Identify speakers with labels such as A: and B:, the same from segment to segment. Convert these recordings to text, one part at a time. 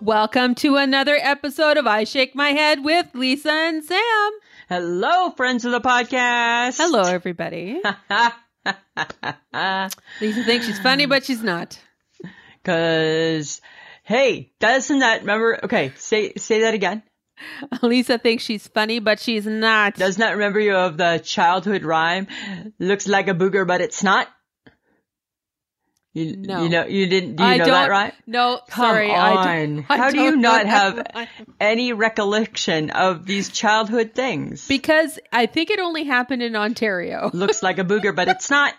A: Welcome to another episode of I Shake My Head with Lisa and Sam.
B: Hello, friends of the podcast.
A: Hello, everybody. Lisa thinks she's funny, but she's not.
B: Cause, hey, doesn't that remember? Okay, say say that again.
A: Lisa thinks she's funny, but she's not.
B: Does not remember you of the childhood rhyme? Looks like a booger, but it's not. You,
A: No.
B: you know you didn't. Do you know that right?
A: No,
B: Come
A: sorry. I
B: on.
A: don't, I
B: How do
A: don't
B: you
A: know
B: not
A: that
B: have
A: line.
B: any recollection of these childhood things?
A: Because I think it only happened in Ontario.
B: Looks like a booger, but it's not.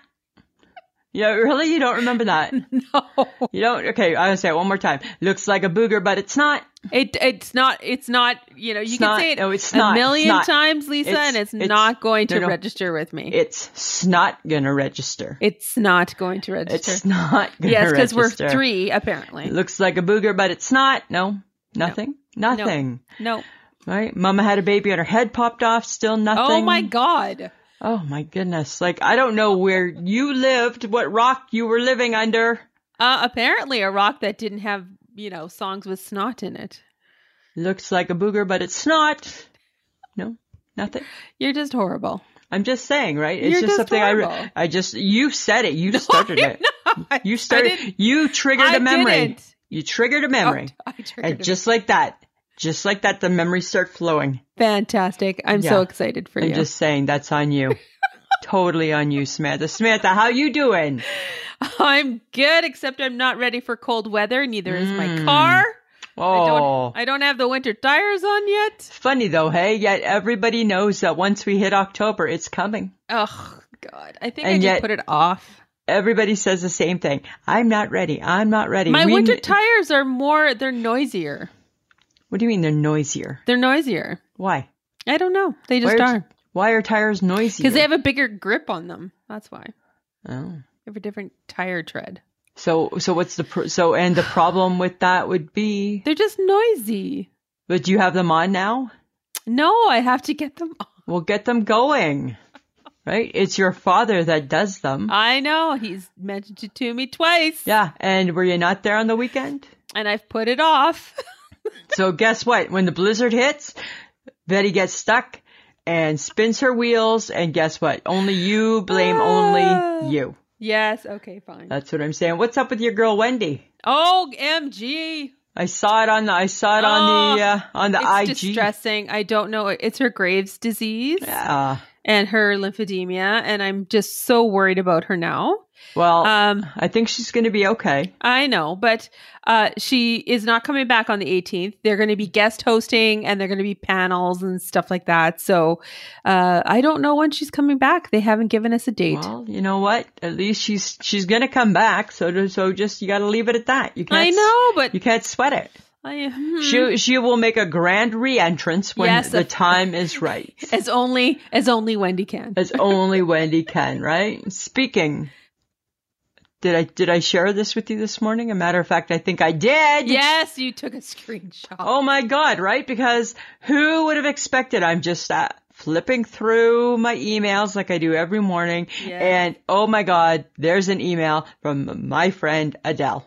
B: Yeah, really, you don't remember that.
A: No,
B: You don't. Okay, I'm gonna say it one more time. Looks like a booger, but it's not.
A: it it's not. It's not. You know, you
B: It's
A: can
B: not-
A: say it
B: no, it's
A: a
B: not, it's
A: million
B: not.
A: times, Lisa,
B: It's-
A: and it's,
B: it's-
A: not going to
B: no, no.
A: register with me.
B: It's not gonna register.
A: it's not going to register.
B: It's not gonna
A: yes, because we're
B: register.
A: three apparently.
B: It looks like a booger, but it's not. No, nothing, nothing.
A: no.
B: Right? Mama had a baby and her head popped off. Still nothing.
A: Oh my god.
B: Oh my goodness! Like I don't know where you lived, what rock you were living under.
A: Uh, apparently, a rock that didn't have you know songs with snot in it.
B: Looks like a booger, but it's not. No, nothing.
A: You're just horrible.
B: I'm just saying, right? It's
A: You're
B: just
A: just
B: something I.
A: horrible.
B: Re- I just you said it. You started it. You started.
A: didn't.
B: you triggered
A: I
B: a memory.
A: didn't.
B: You triggered a memory,
A: Oh, I triggered
B: and
A: it.
B: just like that, just like that, the memories start flowing.
A: fantastic. I'm so
B: Yeah.
A: excited for
B: I'm
A: you.
B: just saying that's on you. totally on you, Samantha. Samantha, how you doing?
A: I'm good, except I'm not ready for cold weather. Neither is my
B: Mm.
A: car. I
B: Oh.
A: don't. I don't have the winter tires on yet.
B: It's funny though, hey, yet everybody knows that once we hit October, it's coming.
A: Oh God! I think I
B: And
A: just
B: yet-
A: put it off.
B: Everybody says the same thing. I'm not ready. I'm not ready.
A: My
B: We-
A: winter tires are more. They're noisier.
B: What do you mean they're noisier?
A: They're noisier.
B: Why?
A: I don't know. They just
B: Where'd you-
A: are.
B: Why are tires noisy?
A: Because they have a bigger grip on them. That's why. They
B: Oh.
A: have a different tire tread.
B: So so what's the pr- so and the problem with that would be
A: They're just noisy.
B: but do you have them on now?
A: No, I have to get them. on.
B: Well, get them going. Right? It's your father that does them.
A: I know. He's mentioned it to me twice.
B: Yeah, and were you not there on the weekend?
A: And I've put it off.
B: So guess what? When the blizzard hits, Betty gets stuck and spins her wheels. And guess what? Only you blame
A: Ah.
B: only you.
A: yes. Okay, fine. Oh,
B: That's what I'm saying. What's up with your girl Wendy?
A: OMG.
B: I saw it on the I saw it on the
A: Oh,
B: uh, on the
A: It's
B: IG.
A: distressing. I don't know. It's her Graves' disease
B: Yeah.
A: and her lymphedemia. And I'm just so worried about her now.
B: well,
A: Um,
B: I think she's going to be okay.
A: I know, but uh, she is not coming back on the 18th. They're going to be guest hosting and they're going to be panels and stuff like that. So uh, I don't know when she's coming back. They haven't given us a date.
B: Well, you know what? At least she's she's going to come back. So so just you got to leave it at that. You can't
A: I
B: s-
A: know, but
B: You can't sweat it.
A: I, hmm.
B: She she will make a grand re-entrance when
A: Yes,
B: the
A: of-
B: time is right.
A: as only as only Wendy can.
B: as only Wendy can, right? Speaking. Did I did I share this with you this morning? A matter of fact, I think I did.
A: Yes, you took a screenshot.
B: Oh my god, right? Because who would have expected I'm just uh, flipping through my emails like I do every morning
A: Yes.
B: and oh my god, there's an email from my friend Adele.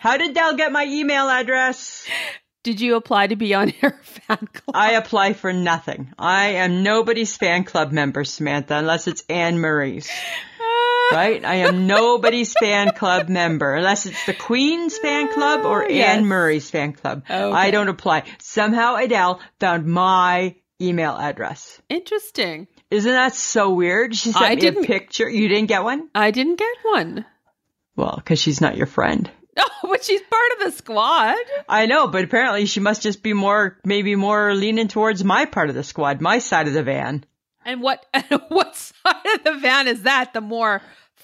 B: How did Adele get my email address?
A: Did you apply to be on her fan club?
B: I apply for nothing. I am nobody's fan club member, Samantha, unless it's Anne Marie's. right? I am nobody's fan club member unless it's the Queen's fan club or
A: Ah,
B: Anne
A: yes.
B: Murray's fan club.
A: Okay.
B: I don't apply. Somehow Adele found my email address.
A: Interesting.
B: Isn't that so weird? She sent
A: I
B: me
A: didn't-
B: a picture. You didn't get one?
A: I didn't get one.
B: Well, because she's not your friend.
A: Oh, but she's part of the squad.
B: I know, but apparently she must just be more, maybe more leaning towards my part of the squad, my side of the van.
A: And what what side of the van is that? The more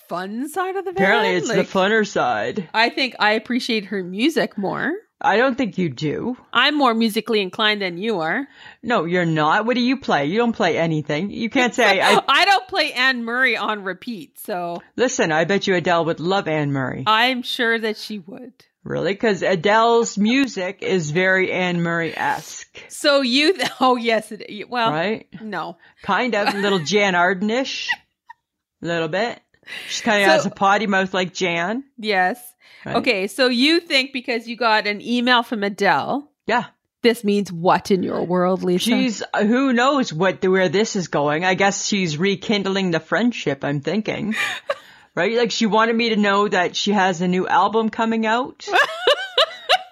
A: fun side of the van.
B: Apparently it's
A: Like,
B: the funner side.
A: I think I appreciate her music more.
B: I don't think you do.
A: I'm more musically inclined than you are.
B: No, you're not. What do you play? You don't play anything. You can't say I
A: don't play Anne Murray on repeat, so
B: Listen, I bet you Adele would love Anne Murray.
A: I'm sure that she would.
B: Really? Because Adele's music is very Anne Murray esque,
A: So you, oh yes, it, well,
B: right?
A: no,
B: Kind of. Little Jan Arden ish. little bit. She kind of
A: So-
B: has a potty mouth like Jan.
A: Yes.
B: right?
A: Okay. So you think because you got an email from Adele,
B: Yeah.
A: this means what in your world, Lisa?
B: She's who knows what where this is going. I guess she's rekindling the friendship. I'm thinking, right? Like she wanted me to know that she has a new album coming out,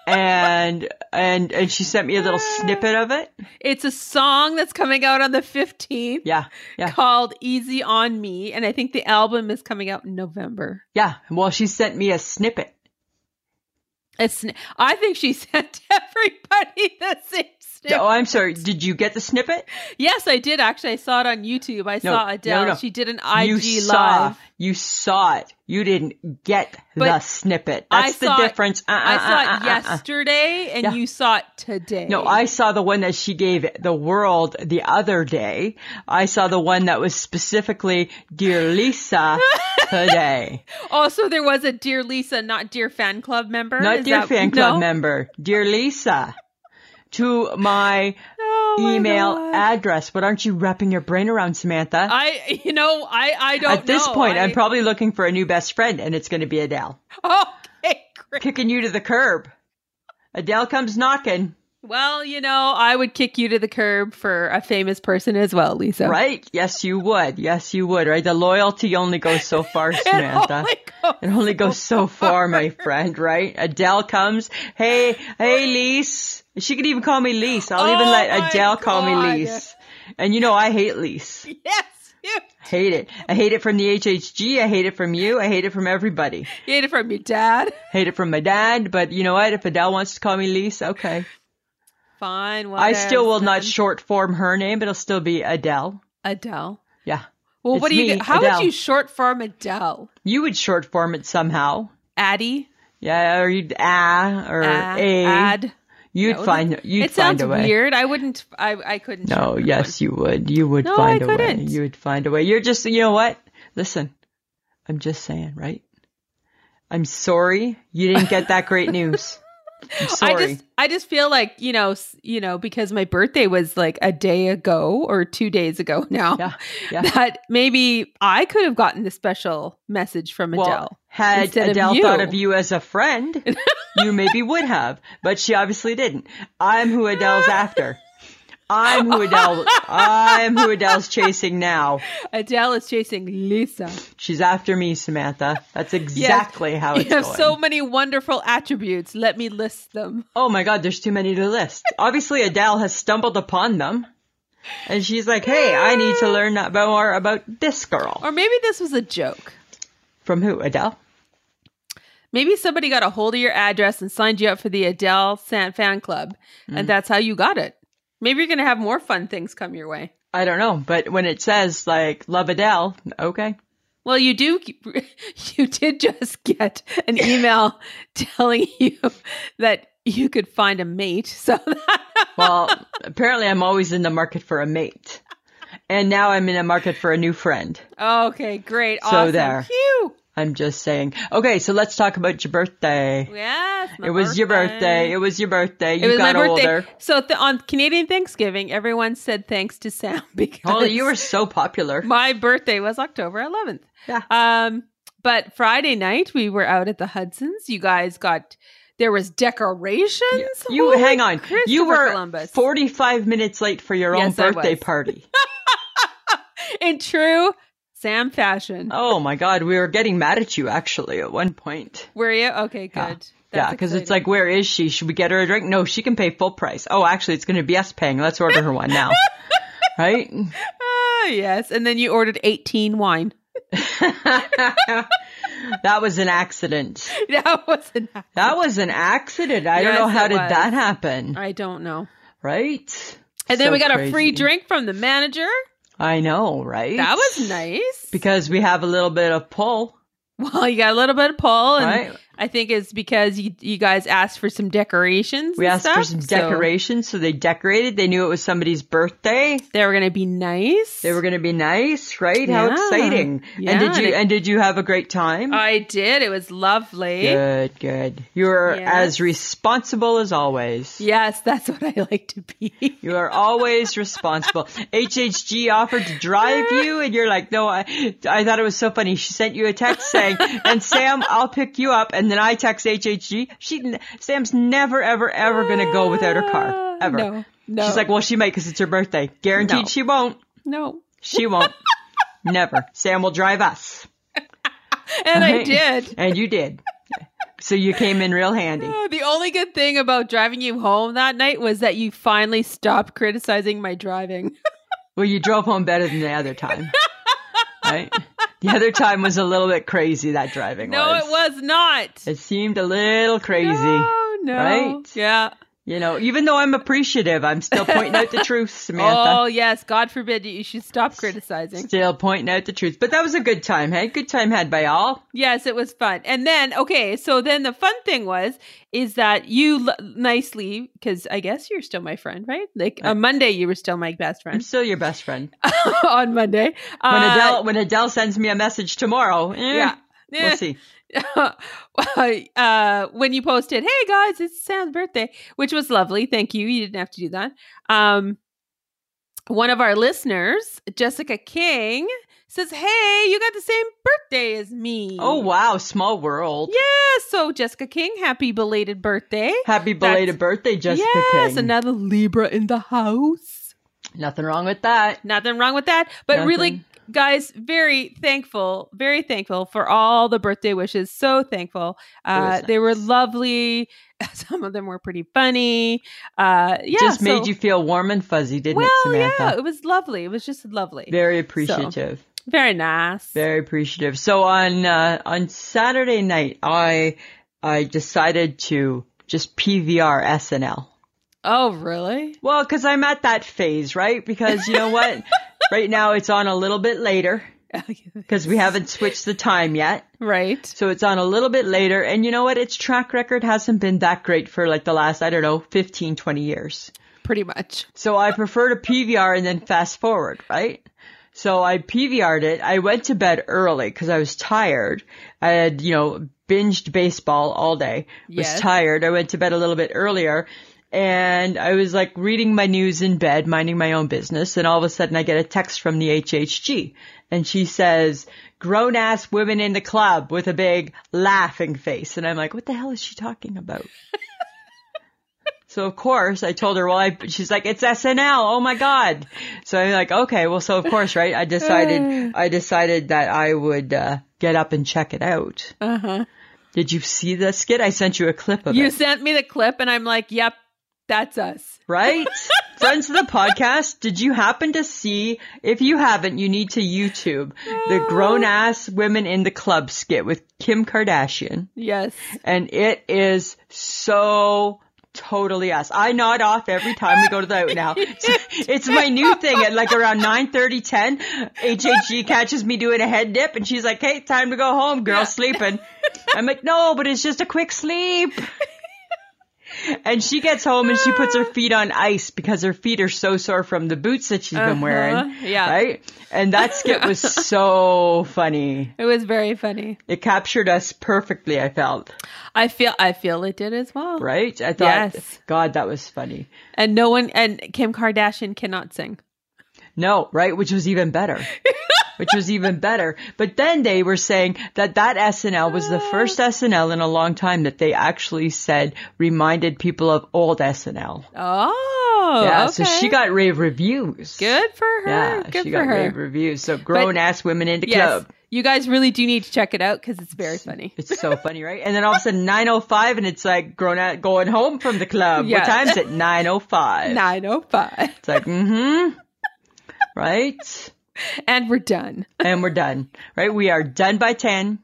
B: and and and she sent me a little snippet of it.
A: It's a song that's coming out on the 15th
B: Yeah, yeah,
A: called Easy on Me. And I think the album is coming out in November.
B: yeah. Well, she sent me a snippet.
A: It's, I think she sent everybody the same snip.
B: Oh, I'm sorry. Did you get the snippet?
A: Yes, I did. Actually, I saw it on YouTube. I
B: oh. No,
A: saw
B: no,
A: Adele.
B: no.
A: She did an
B: you
A: IG
B: saw.
A: live.
B: You saw it. You didn't get
A: But
B: the snippet.
A: I
B: That's
A: saw
B: the
A: it-
B: difference. Uh,
A: I
B: uh,
A: saw
B: uh,
A: it
B: uh, uh, uh.
A: yesterday, and
B: Yeah.
A: you saw it today.
B: No, I saw the one that she gave the world the other day. I saw the one that was specifically Dear Lisa today.
A: Also, there was a Dear Lisa, not Dear Fan Club member.
B: Not
A: Is
B: Dear
A: that-
B: Fan Club
A: No?
B: member, Dear Lisa. To my
A: Oh my
B: email
A: God.
B: address. But aren't you wrapping your brain around, Samantha?
A: I, you know, I, I don't.
B: At this
A: know.
B: point,
A: I,
B: I'm probably looking for a new best friend, and it's going to be Adele.
A: okay. Great.
B: Kicking you to the curb. Adele comes knocking,
A: Well, you know, I would kick you to the curb for a famous person as well, Lisa.
B: right? Yes, you would. Yes, you would, right? The loyalty only goes so far,
A: It
B: Samantha.
A: only goes-
B: It only goes so far, my friend, right? Adele comes. Hey, hey, Lise. She could even call me Lise. I'll even
A: Oh
B: let
A: my
B: Adele call me
A: God.
B: Lise. And you know, I hate Lise.
A: yes, you
B: Hate it. I hate it from the HHG. I hate it from you. I hate it from everybody.
A: get it from your dad.
B: Hate it from my dad. But you know what? If Adele wants to call me Lise, okay.
A: Fine.
B: I still will
A: whatevs, man.
B: not short form her name. It'll still be Adele.
A: Adele.
B: Yeah.
A: Well,
B: It's
A: what do you?
B: me,
A: do- How
B: Adele.
A: would you short form Adele?
B: You would short form it somehow.
A: Addie.
B: Yeah, or you'd ah or
A: Ah,
B: a.
A: Ad.
B: You'd
A: No,
B: find you'd
A: it
B: find
A: sounds
B: a way.
A: weird. I wouldn't. I. I couldn't.
B: No,
A: short
B: yes, you would. You would
A: No,
B: find
A: I
B: a way.
A: couldn't.
B: You would find a way. You're just, you know what? Listen, I'm just saying, right? I'm sorry you didn't get that great news. I'm sorry.
A: I just I just feel like you know s- you know because my birthday was like a day ago or two days ago now
B: Yeah, yeah.
A: that maybe I could have gotten the special message from
B: well,
A: Adele.
B: had
A: instead of
B: Adele
A: you.
B: thought of you as a friend, you maybe would have, but she obviously didn't. I'm who Adele's after. I'm who Adele. I'm who Adele's chasing now.
A: Adele is chasing Lisa.
B: She's after me, Samantha. That's exactly how
A: You
B: it's
A: have
B: going.
A: so many wonderful attributes. Let me list them.
B: Oh my God, there's too many to list. Obviously, Adele has stumbled upon them. And she's like, hey, I need to learn about more about this girl.
A: Or maybe this was a joke.
B: From who? Adele?
A: Maybe somebody got a hold of your address and signed you up for the Adele San fan club,
B: Mm.
A: and that's how you got it. Maybe you're gonna have more fun things come your way.
B: I don't know. But when it says, like, love Adele, okay.
A: Well, you do. You did just get an email telling you that you could find a mate. So
B: Well, apparently I'm always in the market for a mate. And now I'm in a market for a new friend.
A: okay, great,
B: So
A: awesome.
B: there.
A: Phew.
B: I'm just saying. Okay, so let's talk about your birthday.
A: Yes, my
B: It was your birthday. It was your birthday.
A: It
B: You
A: was my
B: got
A: birthday.
B: older.
A: So th- on Canadian Thanksgiving, everyone said thanks to Sam because
B: Holy, Oh, you were so popular.
A: my birthday was October 11th.
B: Yeah.
A: Um, but Friday night we were out at the Hudson's. You guys got there was decorations.
B: You
A: Holy
B: hang on. You
A: Christopher
B: were
A: Columbus.
B: 45 minutes late for your own
A: Yes, I
B: birthday
A: was.
B: party.
A: in true Sam fashion.
B: Oh my god, we were getting mad at you actually at one point.
A: Were you okay? Good.
B: Yeah.
A: That's
B: yeah, because it's
A: exciting.
B: like, where is she? Should we get her a drink? No, she can pay full price. Oh, actually, it's going to be us paying. Let's order her one now. right?
A: ah, yes. And then you ordered eighteen wine.
B: that was an accident.
A: that wasn't.
B: That was an accident. I don't
A: Yes,
B: know how
A: it
B: did
A: was.
B: that happen.
A: I don't know.
B: Right?
A: And then
B: So
A: we got a free
B: crazy.
A: drink from the manager.
B: I know, right?
A: That was nice.
B: because we have a little bit of pull,
A: well, you got a little bit of pull, and
B: right?
A: I think it's because you, you guys asked for some decorations.
B: We
A: and
B: asked for
A: stuff,
B: some
A: so
B: decorations, so they decorated. They knew it was somebody's birthday.
A: they were going to be nice.
B: They were going to be nice, right? How
A: Yeah.
B: exciting!
A: Yeah,
B: and did you
A: and it-
B: and did you have a great time?
A: I did. It was lovely.
B: good, good. You are
A: Yes.
B: as responsible as always.
A: Yes, that's what I like to be.
B: You are always responsible. HHG offered to drive you, and you're like, no, I, I thought it was so funny. She sent you a text saying, and Sam, I'll pick you up. And then I text HHG. She, n- Sam's never, ever, ever going to go without her car. Ever.
A: Ah, No, no.
B: She's like, well, she might because it's her birthday. Guaranteed
A: No.
B: she won't.
A: no.
B: She won't. never. Sam will drive us.
A: And I
B: Right?
A: did.
B: And you did. So you came in real handy.
A: Oh, The only good thing about driving you home that night was that you finally stopped criticizing my driving.
B: Well, you drove home better than the other time. Right? The other time was a little bit crazy, that driving
A: No,
B: was.
A: it was not.
B: It seemed a little crazy.
A: No, no.
B: right?
A: Yeah.
B: You know, even though I'm appreciative, I'm still pointing out the truth, Samantha.
A: Oh, yes. God forbid you should stop criticizing.
B: Still pointing out the truth. But that was a good time, hey? Good time had by all.
A: Yes, it was fun. And then, okay, so then the fun thing was is that you l- nicely, because I guess you're still my friend, right? Like on Monday, you were still my best
B: I'm
A: friend
B: still your best friend.
A: on Monday.
B: When
A: Uh,
B: Adele when Adele sends me a message tomorrow, eh,
A: yeah.
B: we'll see.
A: uh, when you posted, "Hey guys, it's Sam's birthday," which was lovely. Thank you. You didn't have to do that. Um, one of our listeners, Jessica King, says, "Hey, you got the same birthday as me."
B: Oh wow, small world.
A: Yeah, so Jessica King, happy belated birthday.
B: Happy belated
A: That's-
B: birthday, Jessica
A: yes,
B: King.
A: another Libra in the house.
B: Nothing wrong with that.
A: Nothing wrong with that, but really
B: Nothing.
A: guys very thankful very thankful for all the birthday wishes so thankful uh
B: was
A: they were
B: nice.
A: lovely some of them were pretty funny uh yeah
B: Just made
A: so-
B: you feel warm and fuzzy, didn't
A: well
B: it, Samantha?
A: yeah it was lovely it was just lovely very,
B: Very appreciative.
A: nice
B: Very appreciative. So on uh, on Saturday night, I I decided to just PVR SNL.
A: oh really
B: Well, because I'm at that phase, right? Because you know what? right now it's on a little bit later because we haven't switched the time yet.
A: right
B: So it's on a little bit later. And you know what? Its track record hasn't been that great for like the last, I don't know, 15, 20 years.
A: pretty much
B: So I prefer to PVR and then fast forward, right? So I PVR'd it. I went to bed early because I was tired. I had, you know, binged baseball all day. Was
A: Yes.
B: tired. I went to bed a little bit earlier and I was like reading my news in bed, minding my own business. And all of a sudden I get a text from the HHG and she says, grown ass women in the club with a big laughing face. And I'm like, what the hell is she talking about? So of course I told her, well, I, she's like, it's SNL. Oh my God. So I'm like, okay, well, so of course, right? I decided, I decided that I would, uh, get up and check it out.
A: uh-huh
B: Did you see the skit? I sent you a clip of
A: you
B: it,
A: sent me the clip and i'm like yep that's us
B: right? Friends of the podcast, did you happen to see? If you haven't, you need to YouTube the grown ass women in the club skit with Kim Kardashian.
A: yes
B: and it is so totally us. I nod off every time we go to the out now. So it's my new thing at like around 9 10. HHG catches me doing a head dip and she's like, Hey, time to go home, girl sleeping. I'm like, No, but it's just a quick sleep. And she gets home and she puts her feet on ice because her feet are so sore from the boots that she's been wearing.
A: Uh-huh, yeah.
B: Right? And that skit was so funny.
A: it was very funny
B: It captured us perfectly, I felt.
A: i feel i feel it did as well
B: Right? I thought,
A: Yes.
B: God, that was funny.
A: and no one and kim kardashian cannot sing
B: No, right? Which was even better. Which was even better. But then they were saying that that SNL was the first
A: Ah.
B: SNL in a long time that they actually said reminded people of old SNL.
A: Oh,
B: yeah.
A: Okay.
B: So she got rave reviews.
A: good for her.
B: Yeah.
A: good
B: she
A: for
B: got
A: her.
B: rave reviews. So grown ass women in the
A: yes,
B: club.
A: you guys really do need to check it out because it's very funny.
B: It's so funny, right? And then all of a sudden, 9.05 and it's like grown out going home from the club.
A: Yeah.
B: What time is it? 9.05.
A: Nine oh five,
B: It's like, mm-hmm. right?
A: and we're done.
B: and we're done. Right? We are done by 10.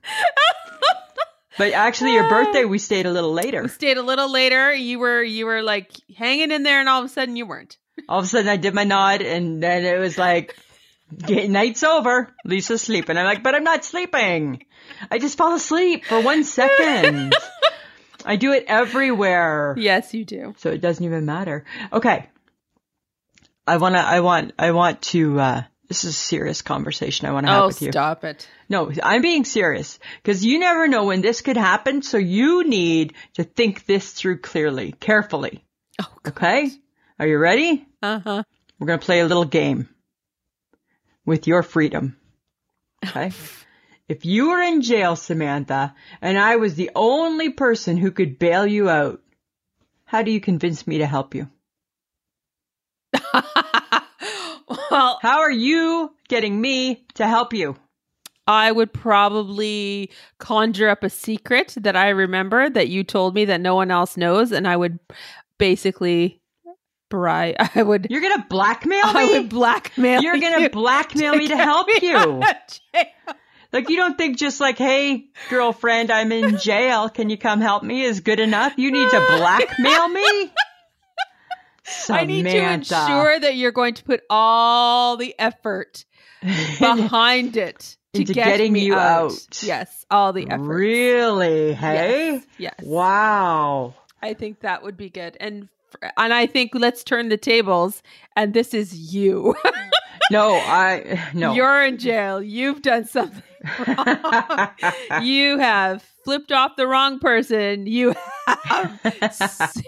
B: But actually, your birthday, we stayed a little later.
A: Stayed a little later. You were you were like hanging in there, and all of a sudden you weren't.
B: All of a sudden, I did my nod, and then it was like, Get- night's over. Lisa's sleeping. I'm like, but I'm not sleeping. I just fall asleep for one second. I do it everywhere.
A: Yes, you do.
B: So it doesn't even matter. Okay. I wanna I want I want to uh this is a serious conversation I want to have
A: Oh,
B: with you.
A: stop it.
B: No, I'm being serious because you never know when this could happen. So you need to think this through clearly, carefully.
A: Oh,
B: Okay. Are you ready?
A: Uh huh.
B: We're going to play a little game with your freedom. Okay. if you were in jail, Samantha, and I was the only person who could bail you out, how do you convince me to help you?
A: Uh-huh. well,
B: How are you getting me to help you?
A: I would probably conjure up a secret that I remember that you told me that no one else knows, and I would basically bribe. I would.
B: You're going to blackmail me?
A: I would blackmail.
B: You're going to
A: you
B: blackmail me to
A: get
B: help
A: me
B: you.
A: out of jail.
B: Like you don't think just like, hey, girlfriend, I'm in jail. Can you come help me? Is good enough. You need to blackmail me.
A: I need to
B: Samantha.
A: ensure that you're going to put all the effort behind it to
B: Into
A: get
B: getting
A: me
B: you
A: out.
B: out.
A: Yes, all the effort.
B: Really? Hey.
A: Yes. yes.
B: Wow.
A: I think that would be good. And f- and I think let's turn the tables and this is you.
B: No, I no.
A: You're in jail. You've done something wrong. you have flipped off the wrong person. You have s-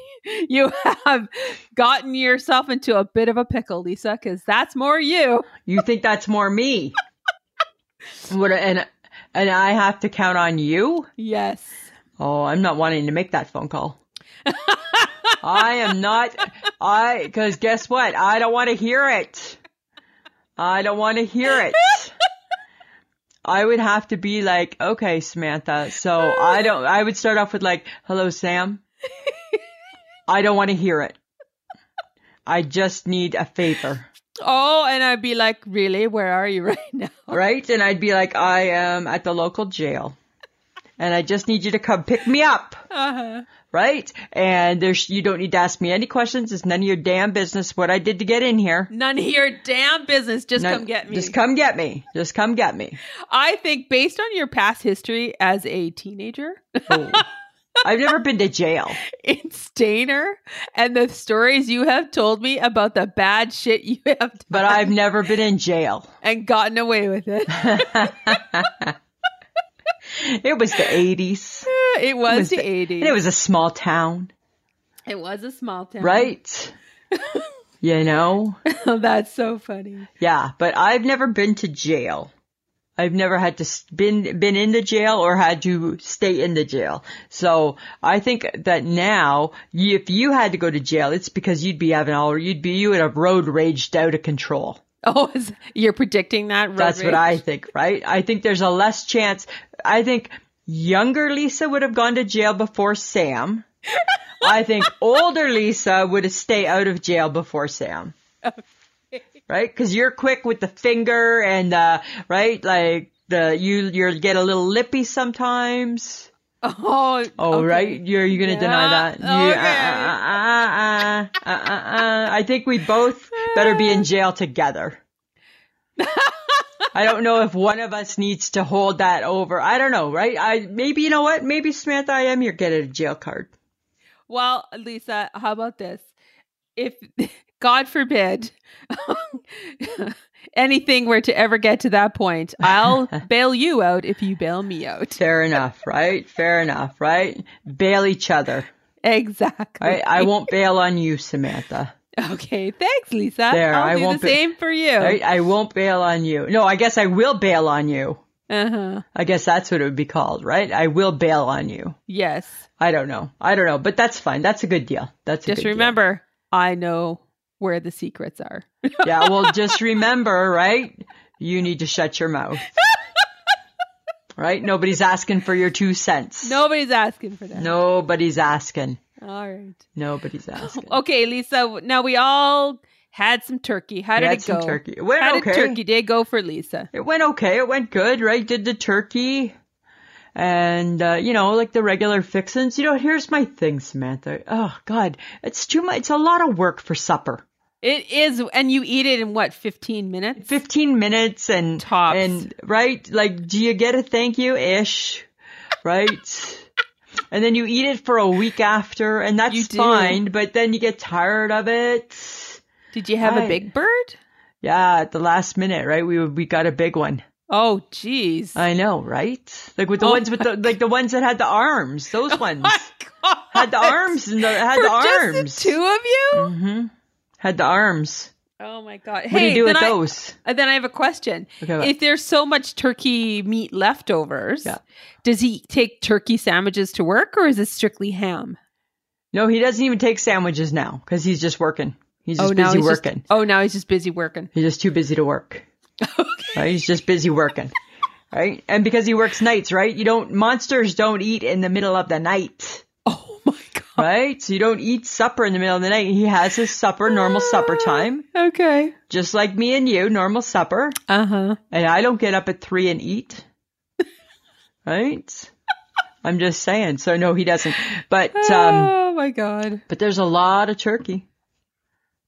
A: you have gotten yourself into a bit of a pickle, Lisa, cuz that's more you.
B: you think that's more me? What? And and I have to count on you.
A: Yes.
B: Oh, I'm not wanting to make that phone call. I am not. I because guess what? I don't want to hear it. I don't want to hear it. I would have to be like, okay, Samantha. So I don't. I would start off with like, hello, Sam. I don't want to hear it. I just need a favor,
A: Oh, and I'd be like, "Really? Where are you right now?"
B: right? And I'd be like, I am at the local jail, and I just need you to come pick me up.
A: Uh-huh.
B: right? And there's you don't need to ask me any questions. It's none of your damn business what I did to get in here.
A: None of your damn business. Just
B: None-
A: come get me.
B: Just come get me. Just come get me.
A: I think based on your past history as a teenager
B: Oh. I've never been to jail.
A: in Stainer and the stories you have told me about the bad shit you have done
B: But I've never been in jail.
A: and gotten away with it.
B: It was the 80s.
A: it was
B: was
A: the
B: the-
A: 80s.
B: And it was a small town,
A: It was a small town. Oh,
B: right? You know?
A: That's so funny.
B: Yeah, but I've never been to jail. I've never had to s- been been in the jail or had to stay in the jail. So I think that now, y- if you had to go to jail, it's because you'd be having all you'd be you would have road raged out of control.
A: Oh, is, you're predicting that? road
B: That's what
A: rage?
B: I think, right? I think there's a less chance. I think younger Lisa would have gone to jail before Sam. I think older Lisa would have stayed out of jail before Sam. Right? Because you're quick with the finger and, uh, right? Like, the, you, you get a little lippy sometimes.
A: Oh,
B: Oh,
A: okay.
B: right? You're, you going to deny
A: Yeah,
B: that. You, uh, uh, uh, uh, uh, uh, uh, uh. I think we both better be in jail together. I don't know if one of us needs to hold that over. I don't know, right? I maybe you know what? Maybe Samantha, I am your get out of jail card.
A: Well, Lisa, how about this? If God forbid anything were to ever get to that point, I'll bail you out if you bail me out.
B: Fair enough, right? Fair enough, right? Bail each other.
A: Exactly.
B: Right? I won't bail on you, Samantha.
A: Okay. Thanks, Lisa.
B: There,
A: I'll
B: I
A: do
B: won't
A: the
B: be-
A: same for you.
B: Right? I won't bail on you. No, I guess I will bail on you.
A: Uh-huh.
B: I guess that's what it would be called, right? I will bail on you.
A: Yes.
B: I don't know. I don't know, but that's fine. That's a good deal. That's a
A: Just
B: good deal.
A: remember, I know where the secrets are.
B: Yeah, well, just remember, right? You need to shut your mouth. Right? Nobody's asking for your two cents.
A: Nobody's asking for that.
B: Nobody's asking.
A: All right.
B: Nobody's asking.
A: Okay, Lisa. Now we all had some turkey. How
B: We
A: did
B: had
A: it
B: some
A: go?
B: turkey. It went
A: How
B: okay.
A: did Turkey Day go for Lisa?
B: It went okay. It went good, right? Did the turkey and, uh, you know, like the regular fixins. You know, here's my thing, Samantha. Oh, God. It's too much. It's a lot of work for supper.
A: It is, and you eat it in what, 15 minutes?
B: 15 minutes and
A: Tops.
B: and right like do you get a thank you ish right and then you eat it for a week after and
A: You
B: that's
A: do.
B: fine but then you get tired of it
A: Did you have a
B: Right.
A: big bird?
B: yeah at the last minute right we we got a big one
A: Oh, jeez.
B: i know right like with the
A: Oh
B: ones with the like the ones that had the arms those ones
A: My God.
B: had the arms and the, had
A: For
B: the
A: just the
B: arms
A: two of you?
B: hmm had the arms
A: Oh my God.
B: what do
A: Hey,
B: you do
A: then
B: with
A: I,
B: those
A: uh, then I have a question.
B: okay what?
A: If there's so much turkey meat leftovers,
B: Yeah.
A: does he take turkey sandwiches to work or is it strictly ham?
B: No, he doesn't even take sandwiches now because he's just working. He's just
A: oh, now
B: busy
A: he's just-
B: working.
A: oh, now he's just busy working.
B: He's just too busy to work. Right? He's just busy working. Right? And because he works nights, right? You don't, monsters don't eat in the middle of the night.
A: Oh my God.
B: Right? So you don't eat supper in the middle of the night. He has his supper, normal supper time,
A: Okay.
B: just like me and you, normal supper.
A: Uh huh.
B: And I don't get up at three and eat. Right? I'm just saying. So no, he doesn't. But, um,
A: oh my God.
B: But there's a lot of turkey.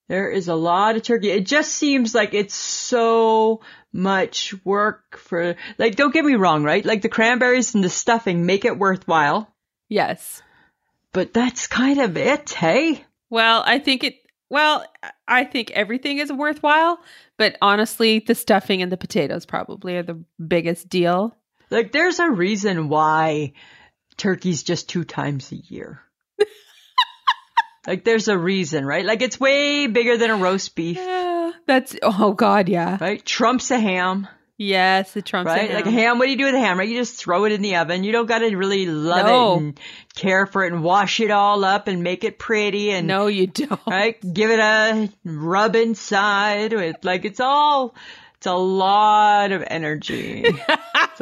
B: There is a lot of turkey. It just seems like it's so much work for, like, don't get me wrong, right? Like the cranberries and the stuffing make it worthwhile,
A: Yes.
B: but that's kind of it, hey?
A: Well, I think it, well, I think everything is worthwhile, but honestly, the stuffing and the potatoes probably are the biggest deal.
B: Like there's a reason why turkey's just two times a year. like there's a reason, right? Like it's way bigger than a roast beef,
A: Yeah. That's, oh God. Yeah.
B: right? Trumps a ham.
A: Yes. The Trump's
B: right?
A: a
B: Like
A: ham.
B: ham, what do you do with a ham? Right? You just throw it in the oven. You don't got to really love
A: No.
B: it and care for it and wash it all up and make it pretty and
A: No, you don't.
B: right, give it a rub inside with like it's all. It's a lot of energy. it's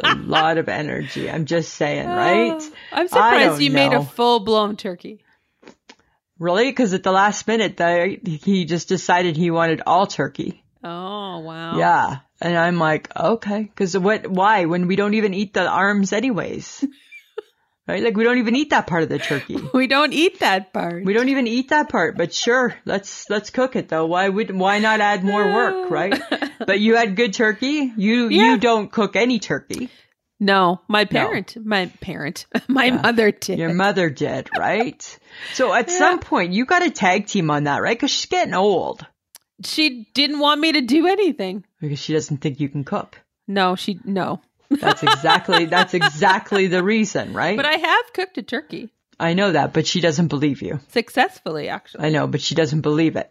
B: a lot of energy. I'm just saying, right?
A: Oh, I'm surprised
B: don't
A: you made a
B: know.
A: full blown turkey.
B: Really? Because at the last minute, they, he just decided he wanted all turkey.
A: Oh wow.
B: Yeah. And I'm like, okay, because what, why, when we don't even eat the arms anyways? right? Like, we don't even eat that part of the turkey.
A: We don't eat that part.
B: We don't even eat that part, but sure, let's, let's cook it though. Why would, why not add more work, right? But you had good turkey. You,
A: Yeah.
B: you don't cook any turkey.
A: No, my parent, my parent, my mother did.
B: Your mother did, right? So at some point, you got a tag team on that, right? Because she's getting old
A: she didn't want me to do anything.
B: because she doesn't think you can cook.
A: No, she no.
B: That's exactly, that's exactly the reason, right?
A: But I have cooked a turkey
B: I know that, but she doesn't believe you.
A: successfully, actually.
B: I know, but she doesn't believe it.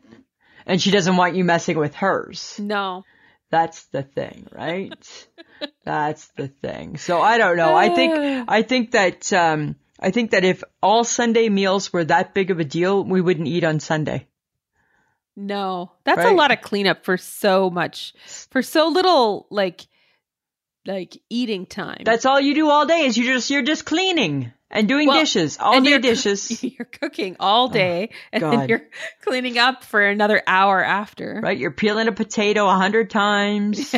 B: And she doesn't want you messing with hers.
A: No,
B: That's the thing, right? That's the thing. So I don't know. I think I think that um I think that if all Sunday meals were that big of a deal, we wouldn't eat on Sunday.
A: no, that's a
B: Right.
A: lot of cleanup for so much, for so little, like, like eating time.
B: That's all you do all day is you just you're just cleaning and doing
A: Well,
B: dishes. All
A: and
B: day
A: you're-
B: dishes. Oh,
A: you're cooking all day, and then
B: God.
A: you're cleaning up for another hour after.
B: Right? You're peeling a potato a hundred times.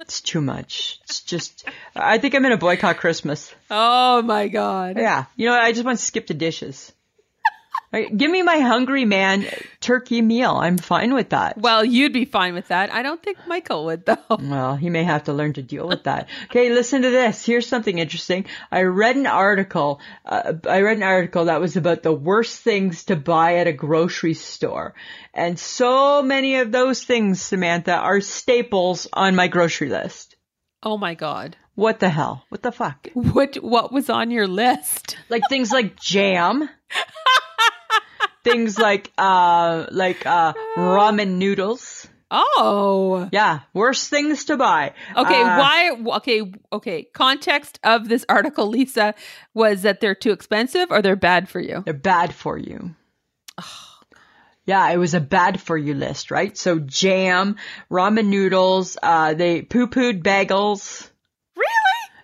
B: it's too much. It's just I think I'm gonna boycott Christmas.
A: Oh my god.
B: Yeah. You know, what? I just want to skip the dishes. Right, Give me my hungry man turkey meal. I'm fine with that.
A: Well, you'd be fine with that. I don't think Michael would though.
B: Well, he may have to learn to deal with that. Okay, listen to this. Here's something interesting. I read an article. Uh, I read an article that was about the worst things to buy at a grocery store. And so many of those things, Samantha, are staples on my grocery list.
A: Oh my god.
B: What the hell? What the fuck?
A: What what was on your list?
B: like things like jam things like uh like uh ramen noodles
A: Oh.
B: yeah worst things to buy
A: Okay,
B: Uh,
A: why okay, okay. Context of this article, Lisa, was that they're too expensive or they're bad for you.
B: they're bad for you yeah it was a bad for you list right so jam ramen noodles uh they poo-pooed bagels
A: Really?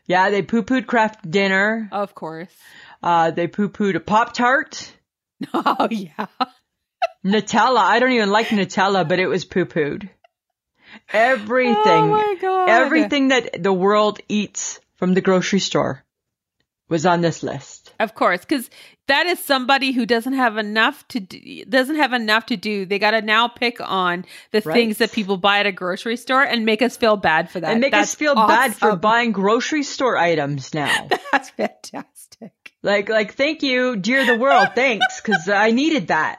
B: yeah they poo-pooed craft dinner
A: Of course.
B: uh they poo-pooed a pop tart
A: Oh yeah.
B: nutella i don't even like nutella but it was poo-pooed everything
A: Oh my god.
B: everything that the world eats from the grocery store was on this list.
A: Of course, because that is somebody who doesn't have enough to do, doesn't have enough to do. They got to now pick on the
B: Right.
A: things that people buy at a grocery store and make us feel bad for that.
B: And make
A: That's
B: us feel bad for
A: awesome.
B: buying grocery store items now.
A: That's fantastic.
B: like like thank you, dear the world, thanks cuz I needed that.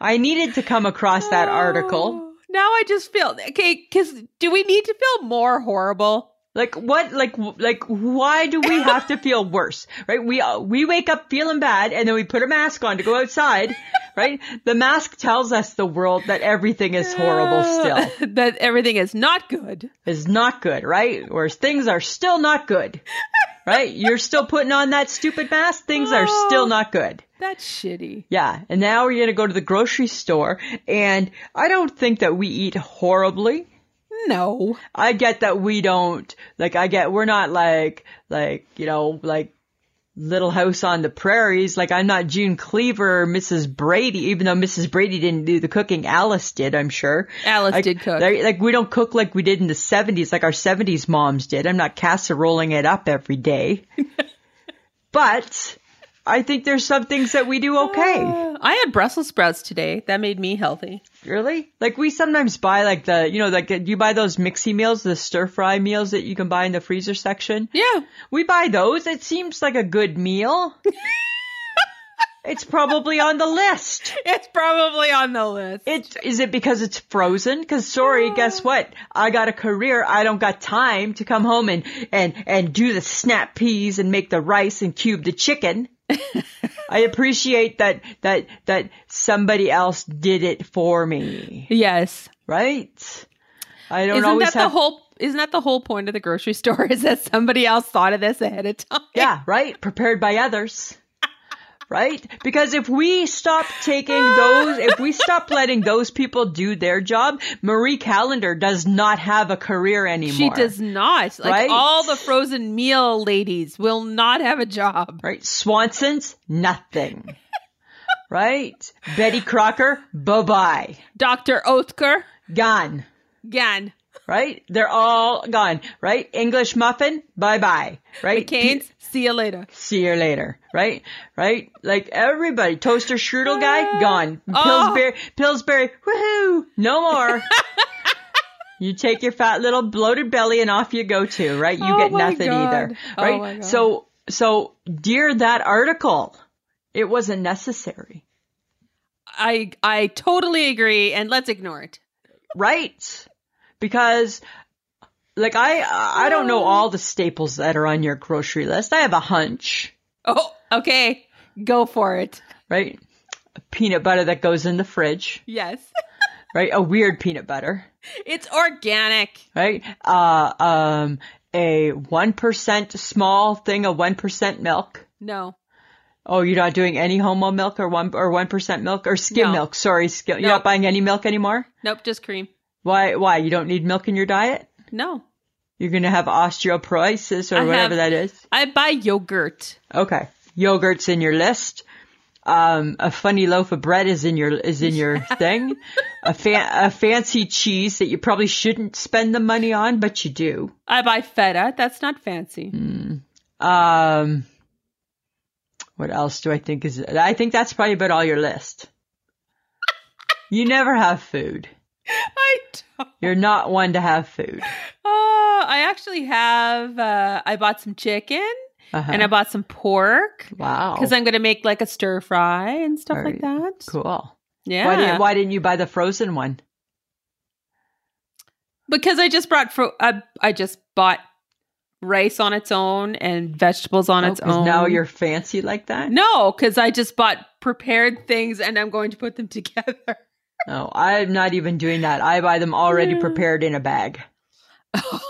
B: I needed to come across that article.
A: Oh, Now I just feel okay. Because do we need to feel more horrible?
B: Like what like w- like why do we have to feel worse? Right? We uh, we wake up feeling bad and then we put a mask on to go outside, right? The mask tells us the world that everything is horrible still.
A: that everything is not good.
B: is not good, right? Or things are still not good, right? You're still putting on that stupid mask. Things are still not good.
A: That's shitty.
B: Yeah. And now we're going to go to the grocery store. And I don't think that we eat horribly.
A: No.
B: I get that we don't, like, I get, we're not like, like, you know, like, Little House on the Prairies. Like, I'm not June Cleaver or Mrs. Brady, even though Mrs. Brady didn't do the cooking. Alice did, I'm sure.
A: Alice
B: Like,
A: did cook.
B: they- like we don't cook like we did in the seventies, like our seventies moms did. I'm not casseroling it up every day. but I think there's some things that we do okay.
A: Uh, I had Brussels sprouts today. That made me healthy.
B: Really? Like we sometimes buy like the you know, like uh, you buy those mixy meals, the stir fry meals that you can buy in the freezer section.
A: Yeah.
B: We buy those. It seems like a good meal. it's probably on the list.
A: It's probably on the list.
B: It is it because it's frozen? Because sorry, guess what? I got a career. I don't got time to come home and and and do the snap peas and make the rice and cube the chicken. I appreciate that that that somebody else did it for me,
A: yes.
B: right? I don't
A: Isn't
B: always
A: that the
B: have.
A: whole isn't that the whole point of the grocery store is that somebody else thought of this ahead of time?
B: yeah, right. Prepared by others. Right? Because if we stop taking those, if we stop letting those people do their job, Marie Callender does not have a career anymore.
A: She does not. Like
B: Right?
A: all the frozen meal ladies will not have a job.
B: Right? Swanson's nothing. right? Betty Crocker, bye bye.
A: Dr. Oetker,
B: Gone.
A: Gan,
B: Right? They're all gone. Right? English muffin, bye bye. Right?
A: Keynes, see you later.
B: see you later, right? Right? Like everybody, toaster strudel guy gone.
A: Oh.
B: Pillsbury, Pillsbury, woohoo, no more. you take your fat little bloated belly and off you go to, right? You
A: Oh
B: get
A: my
B: nothing
A: God.
B: either,
A: Oh
B: right?
A: my God.
B: so, so dear that article, it wasn't necessary,
A: I I totally agree and let's ignore it.
B: right? Because. Like I, I don't know all the staples that are on your grocery list. I have a hunch,
A: Oh, okay. Go for it.
B: right? Peanut butter that goes in the fridge.
A: Yes.
B: right? A weird peanut butter,
A: It's organic.
B: right? Uh, um, a 1% small thing of 1% milk.
A: No.
B: Oh, you're not doing any homo milk or one or 1% milk or skim
A: No.
B: milk. Sorry, skim. You're
A: No.
B: not buying any milk anymore?
A: Nope, just cream.
B: Why why? You don't need milk in your diet?
A: No.
B: You're going to have osteoporosis or
A: I
B: whatever
A: have-
B: that is.
A: I buy yogurt.
B: Okay. Yogurt's in your list. Um, a funny loaf of bread is in your is in your thing. A fa- a fancy cheese that you probably shouldn't spend the money on, but you do.
A: I buy feta. That's not fancy.
B: Um, what else do I think is? I think that's probably about all your list. You never have food.
A: I don't.
B: You're not one to have food.
A: Oh, I actually have. Uh, I bought some chicken
B: Uh-huh.
A: and I bought some pork
B: wow,
A: because I'm going to make like a stir fry and stuff like
B: Very
A: that.
B: cool.
A: Yeah.
B: Why didn't Why didn't you buy the frozen one?
A: because I just brought fro. I, I just bought rice on its own and vegetables on its
B: Oh, 'cause
A: own.
B: Now you're fancy like that.
A: no, because I just bought prepared things and I'm going to put them together.
B: No, Oh, I'm not even doing that. I buy them already
A: Yeah.
B: prepared in a bag.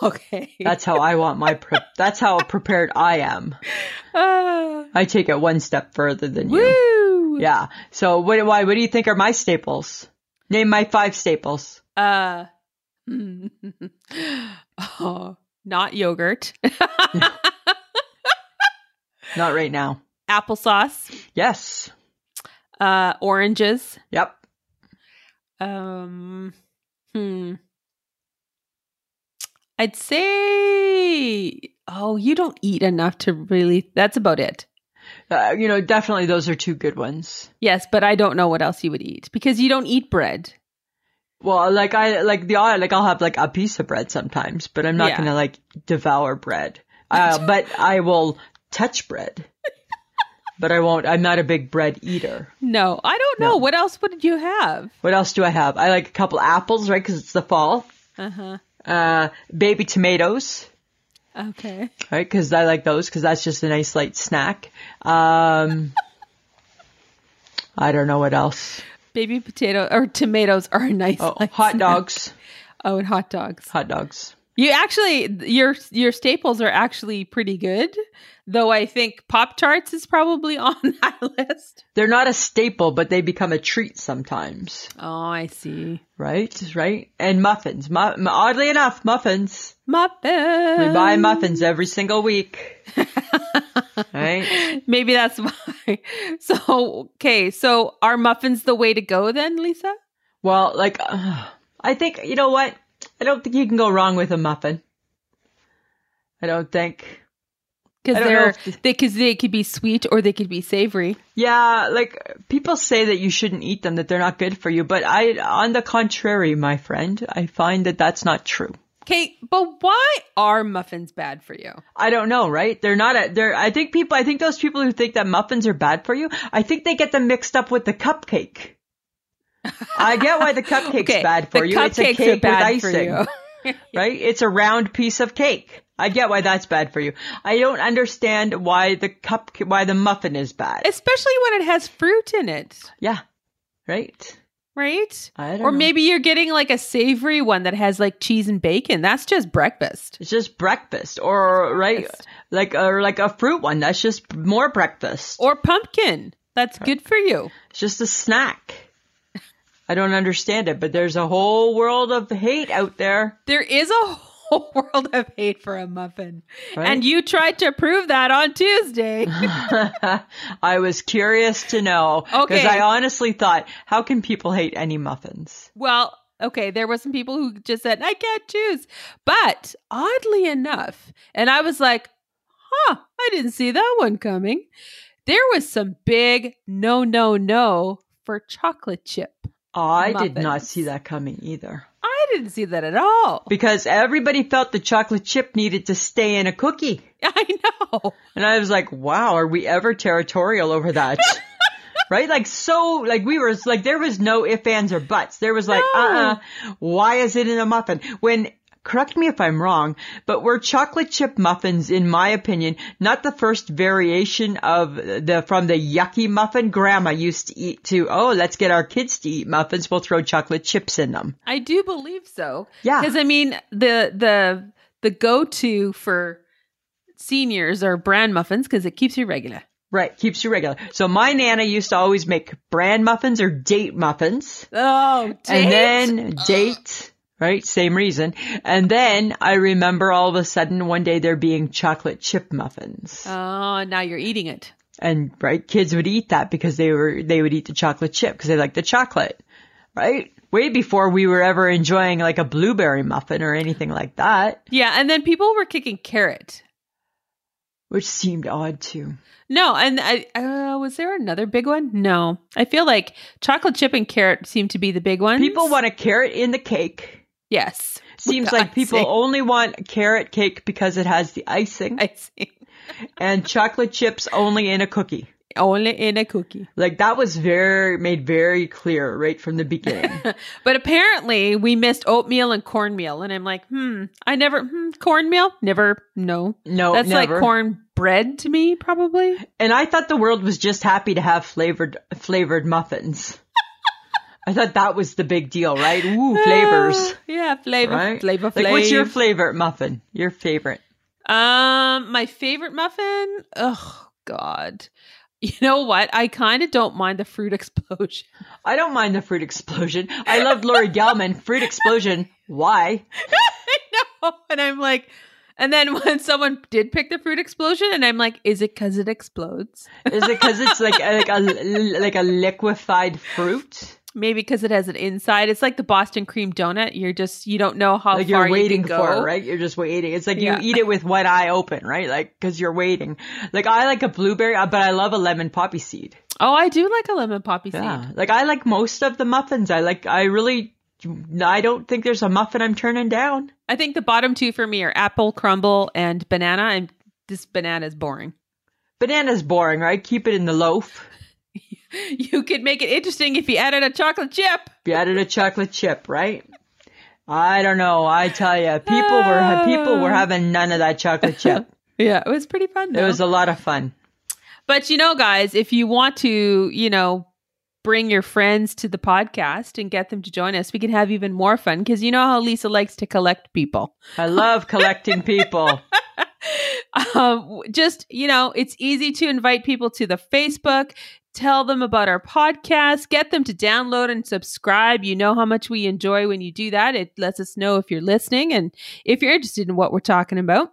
A: okay.
B: That's how I want my. Pre- that's how prepared I am.
A: Ah,
B: I take it one step further than you.
A: woo.
B: Yeah. So what? Why? What do you think are my staples? Name my five staples.
A: Uh, oh, not yogurt.
B: Not right now.
A: Applesauce.
B: Yes.
A: uh oranges
B: Yep.
A: um hmm i'd say Oh, you don't eat enough to really. That's about it.
B: Uh, you know, definitely those are two good ones.
A: Yes, but I don't know what else you would eat because you don't eat bread.
B: Well, like I like the like I'll have like a piece of bread sometimes, but I'm not
A: Yeah.
B: gonna like devour bread. Uh, but I will touch bread. but I won't. I'm not a big bread eater.
A: No, I don't know.
B: No.
A: What else would you have?
B: What else do I have? I like a couple apples, right? Because it's the fall.
A: Uh huh.
B: Uh, baby tomatoes,
A: Okay.
B: right? Because I like those. Because that's just a nice light snack. Um, I don't know what else.
A: Baby potato or tomatoes are a nice.
B: Oh,
A: like,
B: hot
A: snack.
B: dogs.
A: Oh, and hot dogs.
B: Hot dogs.
A: You actually your your staples are actually pretty good, though. I think Pop Tarts is probably on that list.
B: They're not a staple, but they become a treat sometimes.
A: Oh, I see.
B: Right, right. And muffins. Mu- oddly enough, muffins.
A: Muffins.
B: We buy muffins every single week. right?
A: Maybe that's why. So okay, so are muffins the way to go then, Lisa?
B: Well, like, uh, I think, you know what? I don't think you can go wrong with a muffin. I don't think. I
A: Because
B: don't know
A: they're
B: if the-
A: they because they could be sweet or they could be savory.
B: Yeah, like, people say that you shouldn't eat them, that they're not good for you. But I, on the contrary, my friend, I find that that's not true.
A: Okay, but why are muffins bad for you?
B: I don't know, right? They're not a, they're, I think people, I think those people who think that muffins are bad for you, I think they get them mixed up with the cupcake. I get why the cupcake's
A: Okay,
B: bad for
A: the
B: you. It's a
A: cupcakes
B: cake
A: are bad
B: with icing,
A: for you.
B: right? It's a round piece of cake. I get why that's bad for you. I don't understand why the cup, why the muffin is bad.
A: especially when it has fruit in it,
B: yeah. Right.
A: right?
B: I don't
A: Or
B: know.
A: maybe you're getting like a savory one that has like cheese and bacon. That's just breakfast.
B: It's just breakfast or, right?
A: Breakfast.
B: Like, or like a fruit one. That's just more breakfast.
A: Or pumpkin. That's good for you.
B: It's just a snack. I don't understand it, but there's a whole world of hate out there.
A: There is a whole world of hate for a muffin.
B: Right?
A: And you tried to prove that on Tuesday.
B: I was curious to know because
A: Okay.
B: I honestly thought, how can people hate any muffins?
A: well, okay, there were some people who just said, I can't choose. But oddly enough, and I was like, huh, I didn't see that one coming. There was some big no, no, no for chocolate chip.
B: I did
A: Muffins.
B: not see that coming either
A: I didn't see that at all.
B: because everybody felt the chocolate chip needed to stay in a cookie.
A: I know.
B: And I was like, wow, are we ever territorial over that? right? Like, so, like, we were, like, there was no ifs, ands, or buts. There was like,
A: No.
B: uh uh why is it in a muffin? When, correct me if I'm wrong, but were chocolate chip muffins, in my opinion, not the first variation of the, from the yucky muffin grandma used to eat to, oh, let's get our kids to eat muffins. We'll throw chocolate chips in them.
A: I do believe so.
B: Yeah.
A: Because I mean the the the go to for seniors are bran muffins because it keeps you regular.
B: Right. Keeps you regular. So my Nana used to always make bran muffins or date muffins.
A: Oh,
B: And then date, right? Same reason. And then I remember all of a sudden one day there being chocolate chip muffins.
A: oh, now you're eating it.
B: and right, kids would eat that because they were they would eat the chocolate chip because they liked the chocolate. Right? Way before we were ever enjoying like a blueberry muffin or anything like that,
A: Yeah, and then people were kicking carrot.
B: which seemed odd too.
A: No, and I uh, was there another big one? No, I feel like chocolate chip and carrot seem to be the big ones.
B: People want a carrot in the cake.
A: yes. With
B: Seems like people
A: icing.
B: only want carrot cake because it has the icing
A: I see.
B: and chocolate chips only in a cookie.
A: Only in a cookie.
B: Like that was very made very clear right from the beginning.
A: But apparently, we missed oatmeal and cornmeal, and I'm like, hmm, I never hmm, cornmeal, never, no,
B: No,
A: that's
B: never.
A: like cornbread to me, probably.
B: And I thought the world was just happy to have flavored flavored muffins. I thought that was the big deal, right? Ooh, flavors,
A: Ah, yeah, flavor,
B: right?
A: flavor,
B: Like,
A: flavor.
B: what's your favorite muffin? Your favorite?
A: um, my favorite muffin? Oh God, you know what? I kind of don't mind the fruit explosion.
B: I don't mind the fruit explosion. I loved Lori Gelman. Fruit explosion. Why?
A: no, and I'm like. And then when someone did pick the fruit explosion, and I'm like, "Is it because it explodes?"
B: Is it because it's like a, like a like a liquefied fruit?
A: Maybe because it has an inside. It's like the Boston cream donut. You're just you don't know how
B: like
A: far
B: you're waiting
A: you can
B: for
A: go.
B: it, right? You're just waiting. It's like
A: Yeah.
B: you eat it with one eye open, right? Like because you're waiting. Like I like a blueberry, uh, but I love a lemon poppy seed.
A: Oh, I do like a lemon poppy
B: Yeah,
A: seed.
B: like I like most of the muffins. I like. I really. I don't think there's a muffin I'm turning down.
A: I think the bottom two for me are apple crumble and banana. And this banana is boring.
B: Banana's boring, right? Keep it in the loaf.
A: You could make it interesting if you added a chocolate chip.
B: You added a chocolate chip, right? I don't know. I tell you, people were people were having none of that chocolate chip.
A: Yeah, it was pretty fun.
B: It
A: though.
B: was a lot of fun.
A: But you know, guys, if you want to, you know, bring your friends to the podcast and get them to join us, we can have even more fun because you know how Lisa likes to collect people.
B: I love collecting people.
A: Um, just, you know, it's easy to invite people to the Facebook, tell them about our podcast, get them to download and subscribe. You know how much we enjoy when you do that. It lets us know if you're listening and if you're interested in what we're talking about.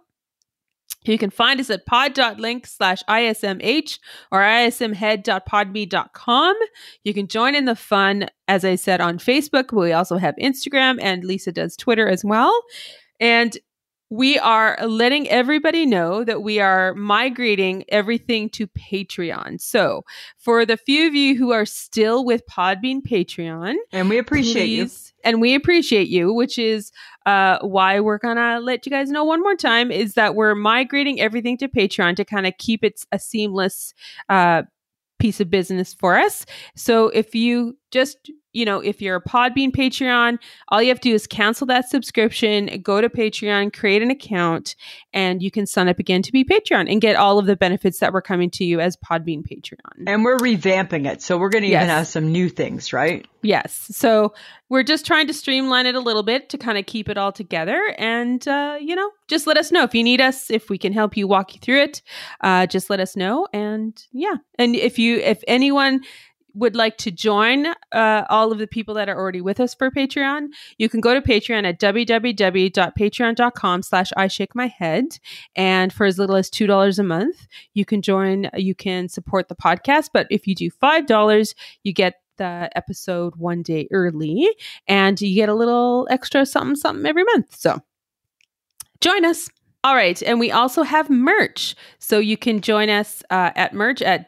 A: You can find us at pod.link slash ismh or ismhead.podme.com. You can join in the fun, as I said, on Facebook. We also have Instagram and Lisa does Twitter as well. And we are letting everybody know that we are migrating everything to Patreon. So, for the few of you who are still with Podbean Patreon,
B: And we appreciate you.
A: please- And we appreciate you, which is uh, why we're going to let you guys know one more time is that we're migrating everything to Patreon to kind of keep it a seamless uh, piece of business for us. So if you just, you know, if you're a Podbean Patreon, all you have to do is cancel that subscription, go to Patreon, create an account, and you can sign up again to be Patreon and get all of the benefits that were coming to you as Podbean Patreon.
B: And we're revamping it, so we're going to
A: Yes.
B: even have some new things, right?
A: Yes. So we're just trying to streamline it a little bit to kind of keep it all together. And, uh, you know, just let us know if you need us, if we can help you walk you through it. Uh, just let us know. And yeah. And if you, if anyone would like to join uh, all of the people that are already with us for Patreon, you can go to Patreon at www.patreon.com slash I shake my head. And for as little as $2 a month, you can join, you can support the podcast. But if you do $5, you get the episode one day early and you get a little extra something something every month so join us all right and we also have merch so you can join us uh, at merch at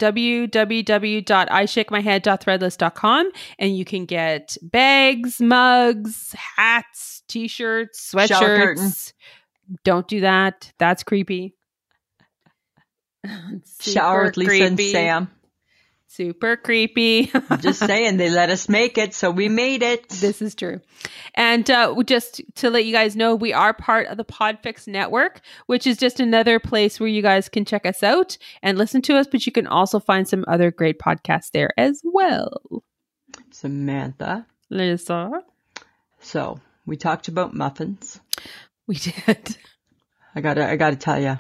A: www.ishakemyhead.threadless.com and you can get bags mugs hats t-shirts
B: Shower curtain.
A: sweatshirts don't do that that's creepy
B: Shower
A: Super
B: with Lisa and
A: creepy.
B: Sam.
A: super creepy
B: I'm just saying they let us make it, so we made it.
A: This is true. And uh, just to let you guys know, we are part of the Podfix Network, which is just another place where you guys can check us out and listen to us, but you can also find some other great podcasts there as well.
B: Samantha.
A: Lisa?
B: So we talked about muffins.
A: We did.
B: I gotta, I gotta tell you.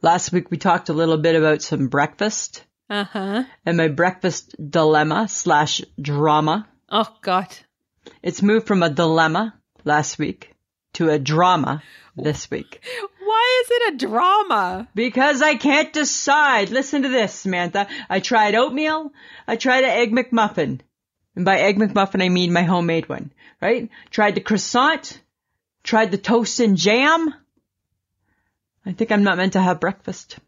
B: Last week we talked a little bit about some breakfast
A: Uh huh.
B: and my breakfast dilemma slash drama.
A: Oh, God.
B: It's moved from a dilemma last week to a drama this week
A: Why is it a drama?
B: because I can't decide. Listen to this, Samantha. I tried oatmeal. I tried an egg McMuffin. And by egg McMuffin, I mean my homemade one, right? Tried the croissant. Tried the toast and jam. I think I'm not meant to have breakfast.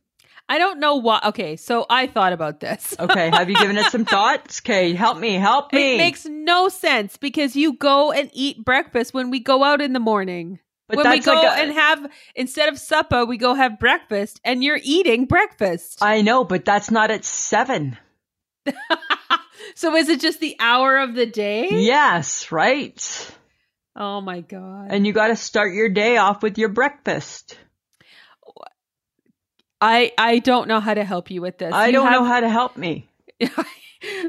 A: I don't know why. Okay, so I thought about this.
B: Okay, have you given it some thoughts? Okay, help me, help me.
A: It makes no sense because you go and eat breakfast when we go out in the morning.
B: but
A: when we
B: that's
A: go
B: like a-
A: and have instead of supper, we go have breakfast, and you're eating breakfast.
B: I know, but that's not at seven.
A: so is it just the hour of the day?
B: Yes, right.
A: Oh my god!
B: And you got to start your day off with your breakfast.
A: I I don't know how to help you with this.
B: I
A: You
B: don't know
A: have-
B: how to help me.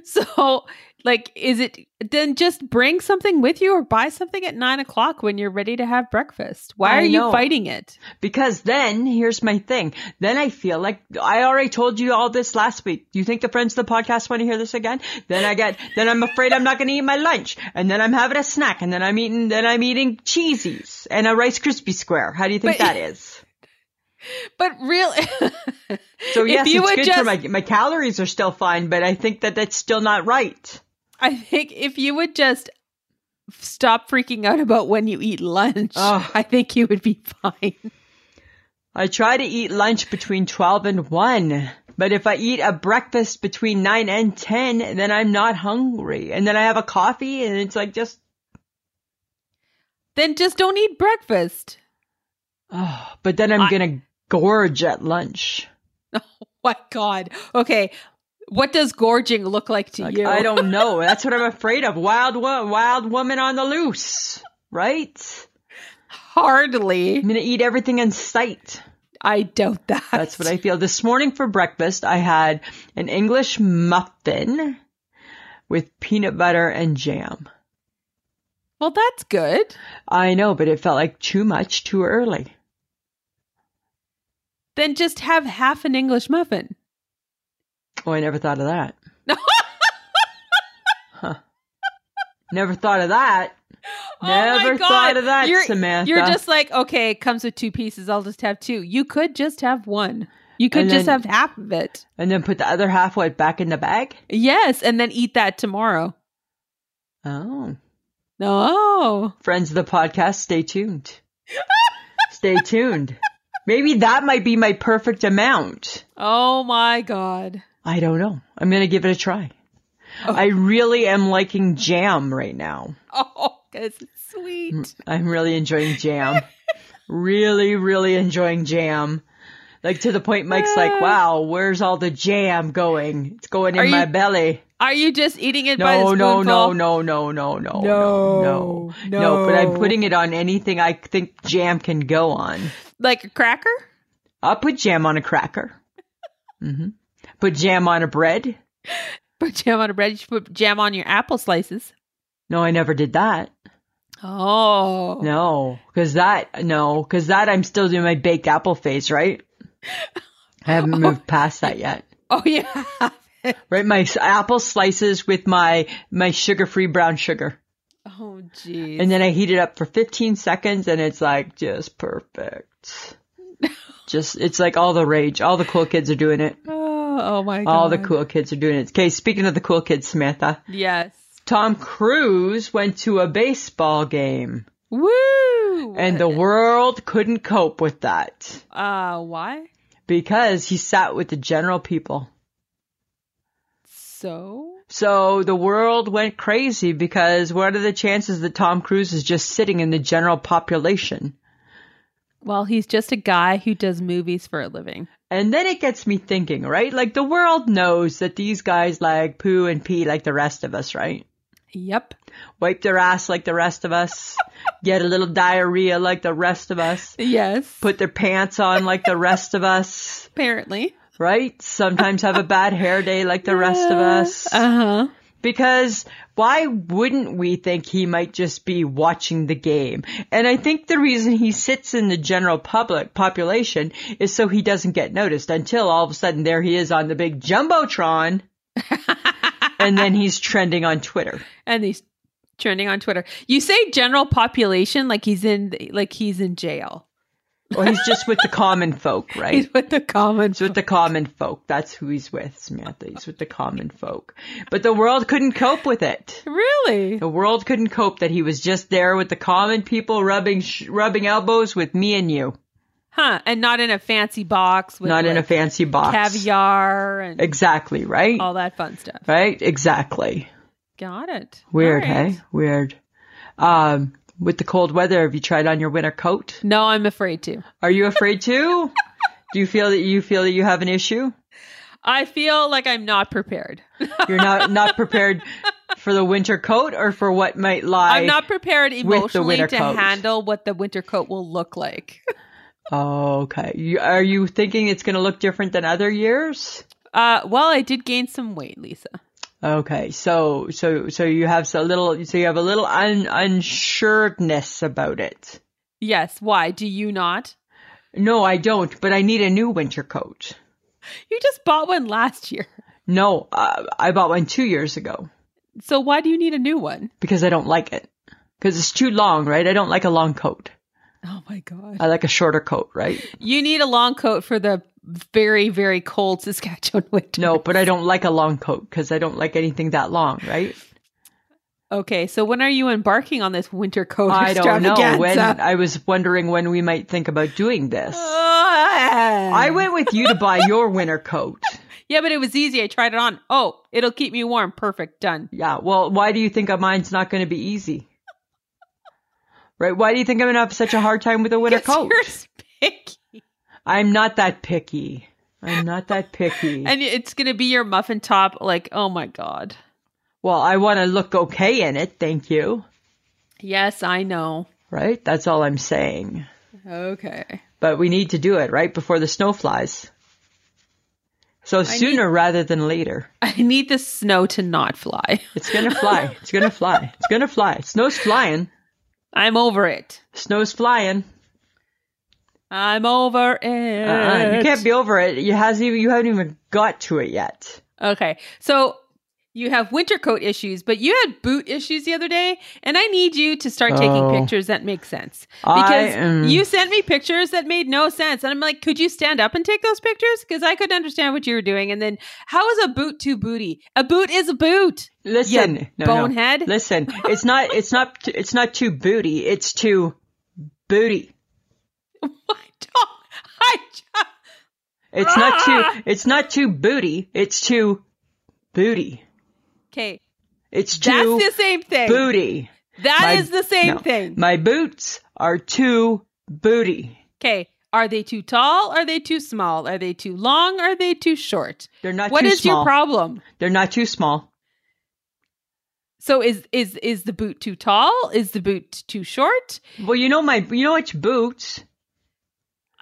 A: so like, is it then just bring something with you or buy something at nine o'clock when you're ready to have breakfast? Why
B: I
A: are you
B: know.
A: fighting it?
B: Because then, here's my thing. Then I feel like I already told you all this last week. Do you think the friends of the podcast want to hear this again? Then I get, then I'm afraid I'm not going to eat my lunch. And then I'm having a snack. And then I'm eating, then I'm eating cheesies and a Rice Krispie square. How do you think
A: But-
B: that is?
A: But real.
B: So yes,
A: if you
B: it's
A: would
B: good
A: just
B: for my, my calories are still fine, but I think that that's still not right.
A: I think if you would just stop freaking out about when you eat lunch,
B: Oh.
A: I think you would be fine.
B: I try to eat lunch between 12 and 1. But if I eat a breakfast between 9 and 10, then I'm not hungry. And then I have a coffee and it's like just,
A: Then just don't eat breakfast.
B: oh, but then I'm
A: I-
B: going to gorge at lunch.
A: My God. Okay. What does gorging look like to
B: Like,
A: you?
B: I don't know. That's what I'm afraid of. Wild, wo- wild woman on the loose, right?
A: Hardly.
B: I'm going to eat everything in sight.
A: I doubt that.
B: That's what I feel. This morning for breakfast, I had an English muffin with peanut butter and jam.
A: Well, that's good.
B: I know, but it felt like too much too early.
A: Then just have half an English muffin.
B: Oh, I never thought of that. huh. Never thought of that. Never thought of that,
A: Oh you're,
B: Samantha.
A: You're just like, okay, it comes with two pieces. I'll just have two. You could just have one. You could
B: And
A: just
B: then-
A: have half of it.
B: And then put the other half white back in the bag.
A: Yes, and then eat that tomorrow.
B: Oh.
A: No. Oh.
B: Friends of the podcast, stay tuned. stay tuned. Maybe that might be my perfect amount.
A: Oh my god.
B: I don't know. I'm going to give it a try.
A: Oh.
B: I really am liking jam right now.
A: Oh, this is sweet.
B: I'm really enjoying jam. really, really enjoying jam. Like to the point Mike's like, wow, where's all the jam going? It's going in
A: Uh. Are
B: my
A: you-
B: belly.
A: Are you just eating it by the
B: No, no,
A: spoonful?
B: no, no, no, no, no, no, no,
A: No,
B: no. But I'm
A: no.
B: putting it on anything I think jam can go on.
A: Like a cracker?
B: I'll put jam on a cracker. hmm Put jam on a bread.
A: Put jam on a bread. You should put jam on your apple slices.
B: No, I never did that.
A: Oh.
B: No, because that no, because that I'm still doing my baked apple phase, right? I haven't moved past that yet,
A: Oh yeah.
B: right? My s- apple slices with my my sugar-free brown sugar,
A: Oh jeez.
B: and then I heat it up for 15 seconds, and it's like just perfect. Just it's like all the rage. All the cool kids are doing it.
A: oh, oh my god.
B: All the cool kids are doing it. Okay, speaking of the cool kids, Samantha,
A: Yes.
B: Tom Cruise went to a baseball game,
A: Woo.
B: and the world couldn't cope with that.
A: uh why?
B: Because he sat with the general people.
A: So
B: So the world went crazy because what are the chances that Tom Cruise is just sitting in the general population?
A: well, he's just a guy who does movies for a living.
B: And then it gets me thinking, right? Like the world knows that these guys like poo and pee like the rest of us, right?
A: Yep.
B: Wipe their ass like the rest of us, get a little diarrhea like the rest of us,
A: Yes.
B: put their pants on like the rest of us,
A: apparently.
B: right? Sometimes have a bad hair day like the rest of us.
A: Uh huh.
B: Because why wouldn't we think he might just be watching the game? And I think the reason he sits in the general public population is so he doesn't get noticed until all of a sudden there he is on the big jumbotron and then he's trending on Twitter.
A: and he's trending on Twitter. You say general population like he's in like he's in jail.
B: Well, he's just with the common folk, right?
A: He's with the common.
B: He's with the common folk. That's who he's with, Samantha. He's with the common folk. But the world couldn't cope with it.
A: Really?
B: The world couldn't cope that he was just there with the common people rubbing sh- rubbing elbows with me and you.
A: Huh? And not in a fancy box with
B: not in a
A: like,
B: fancy box.
A: caviar Oh. and
B: Exactly, right?
A: all that fun stuff.
B: Right? Exactly.
A: Got it.
B: Weird,
A: All right.
B: hey? Weird. Um, with the cold weather, have you tried on your winter coat?
A: No, I'm afraid to.
B: Are you afraid to? Do you feel that you feel that you have an issue?
A: I feel like I'm not prepared.
B: You're not not prepared for the winter coat or for what might lie.
A: I'm not prepared
B: the
A: emotionally
B: winter
A: to
B: coat.
A: handle what the winter coat will look like.
B: Oh, okay. You, are you thinking it's going to look different than other years?
A: Uh, well, I did gain some weight, Lisa.
B: Okay, so so so you have a little, so you have a little un, unsureness about it.
A: Yes. Why? Do you not?
B: No, I don't, but I need a new winter coat.
A: You just bought one last year.
B: No, uh, I bought one two years ago
A: So why do you need a new one?
B: because I don't like it. Because it's too long, right? I don't like a long coat.
A: Oh my god.
B: I like a shorter coat, right?
A: You need a long coat for the very, very cold Saskatchewan winter.
B: No, but I don't like a long coat because I don't like anything that long, right?
A: Okay, so when are you embarking on this winter coat?
B: I don't know when.
A: extravaganza?
B: I was wondering when we might think about doing this.
A: Ah.
B: I went with you to buy your winter coat.
A: Yeah, but it was easy. I tried it on. Oh, it'll keep me warm. Perfect. Done.
B: Yeah. Well, why do you think mine's not going to be easy? Right? Why do you think I'm going to have such a hard time with a winter
A: 'Cause
B: coat?
A: you're spiky.
B: I'm not that picky. I'm not that picky.
A: And it's gonna be your muffin top. Like, oh my god.
B: well, I want to look okay in it. Thank you.
A: Yes, I know.
B: Right? That's all I'm saying.
A: Okay.
B: But we need to do it right before the snow flies. So sooner rather than later.
A: I need the snow to not fly.
B: It's going to fly. It's going to fly. It's going to fly. Snow's flying.
A: I'm over it.
B: Snow's flying.
A: I'm over it.
B: Uh-uh. You can't be over it. You hasn't even, you haven't even got to it yet.
A: Okay. So you have winter coat issues, but you had boot issues the other day, and I need you to start taking
B: Oh.
A: pictures that make sense.
B: I
A: Because
B: am-
A: you sent me pictures that made no sense. And I'm like, could you stand up and take those pictures? Because I couldn't understand what you were doing. And then how is a boot to booty? A boot is a boot.
B: Listen,
A: You
B: no, no.
A: bonehead.
B: Listen, it's not. It's not. It's not too booty. It's too booty.
A: I don't. I just,
B: It's not
A: Ah!
B: too. It's not too booty. It's too booty.
A: okay.
B: It's
A: That's
B: too
A: the same thing. That is
B: booty. My-
A: the same
B: no.
A: thing.
B: My boots are too booty.
A: Okay. Are they too tall? Are they too small? Are they too long? Are they too short?
B: They're not
A: What
B: too
A: is
B: small.
A: your problem?
B: They're not too small.
A: So is is is the boot too tall? Is the boot too short?
B: Well, you know my. You know which boots?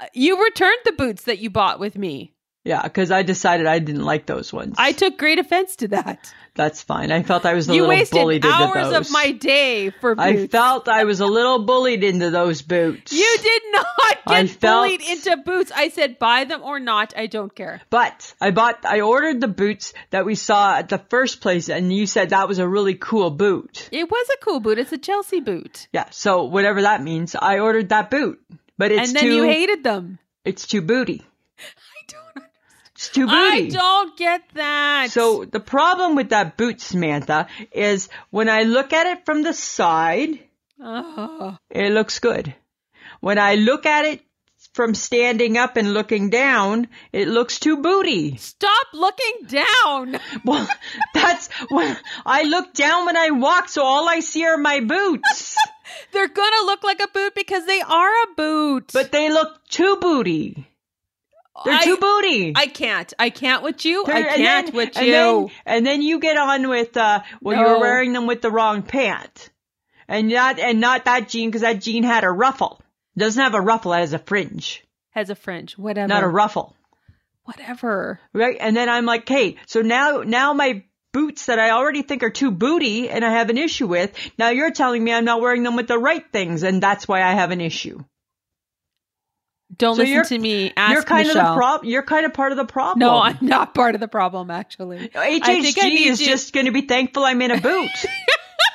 A: Uh, You returned the boots that you bought with me.
B: Yeah, because I decided I didn't like those ones.
A: I took great offense to that.
B: That's fine. I felt I was a
A: You
B: little bullied
A: wasted hours
B: into those.
A: of my day for
B: I
A: boots.
B: felt I was a little bullied into those boots.
A: you did not
B: I
A: get
B: felt-
A: bullied into boots. I said buy them or not. I don't care.
B: But I bought, I ordered the boots that we saw at the first place, and you said that was a really cool boot.
A: It was a cool boot. It's a Chelsea boot.
B: Yeah, so whatever that means, I ordered that boot, but it's
A: and then
B: too,
A: you hated them.
B: it's too booty.
A: I don't.
B: It's too
A: I
B: booty.
A: don't get that.
B: So the problem with that boot, Samantha, is when I look at it from the side,
A: Ugh.
B: it looks good. When I look at it from standing up and looking down, it looks too booty.
A: Stop looking down.
B: Well, that's when I look down when I walk, so all I see are my boots.
A: They're gonna look like a boot because they are a boot.
B: But they look too booty. They're too booty.
A: I can't. I can't with you.
B: They're-
A: I can't with
B: and
A: you.
B: Then, and then you get on with uh, well, you
A: No.
B: were wearing them with the wrong pant, and not and not that jean because that jean had a ruffle. It doesn't have a ruffle. It has a fringe,
A: Has a fringe. Whatever.
B: not a ruffle.
A: Whatever.
B: Right? And then I'm like, hey, so now, now my boots that I already think are too booty and I have an issue with, now you're telling me I'm not wearing them with the right things and that's why I have an issue.
A: Don't
B: So
A: listen
B: you're-
A: to me. Ask
B: you're kind
A: Michelle.
B: of the prob- you're kind of part of the problem.
A: No, I'm not part of the problem. Actually, I think I
B: HHG
A: need
B: is
A: you-
B: just going to be thankful I'm in a boot.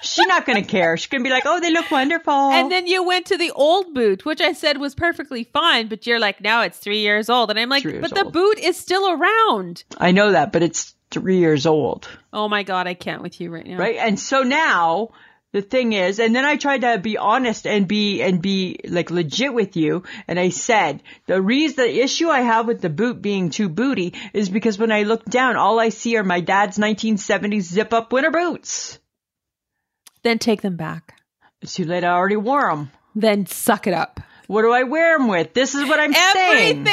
B: She's not going to care. She's going to be like, oh, they look wonderful.
A: And then you went to the old boot, which I said was perfectly fine, but you're like, now it's three years old, and I'm like,
B: Three years
A: but the
B: old.
A: boot is still around.
B: I know that, but it's three years old.
A: Oh my god, I can't with you right now.
B: right and so now the thing is and then i tried to be honest and be and be like legit with you and i said the reason the issue i have with the boot being too booty is because when i look down all i see are my dad's 1970s zip up winter boots
A: Then take them back.
B: it's too late i already wore them
A: Then suck it up.
B: what do i wear them with this is what i'm
A: Everything.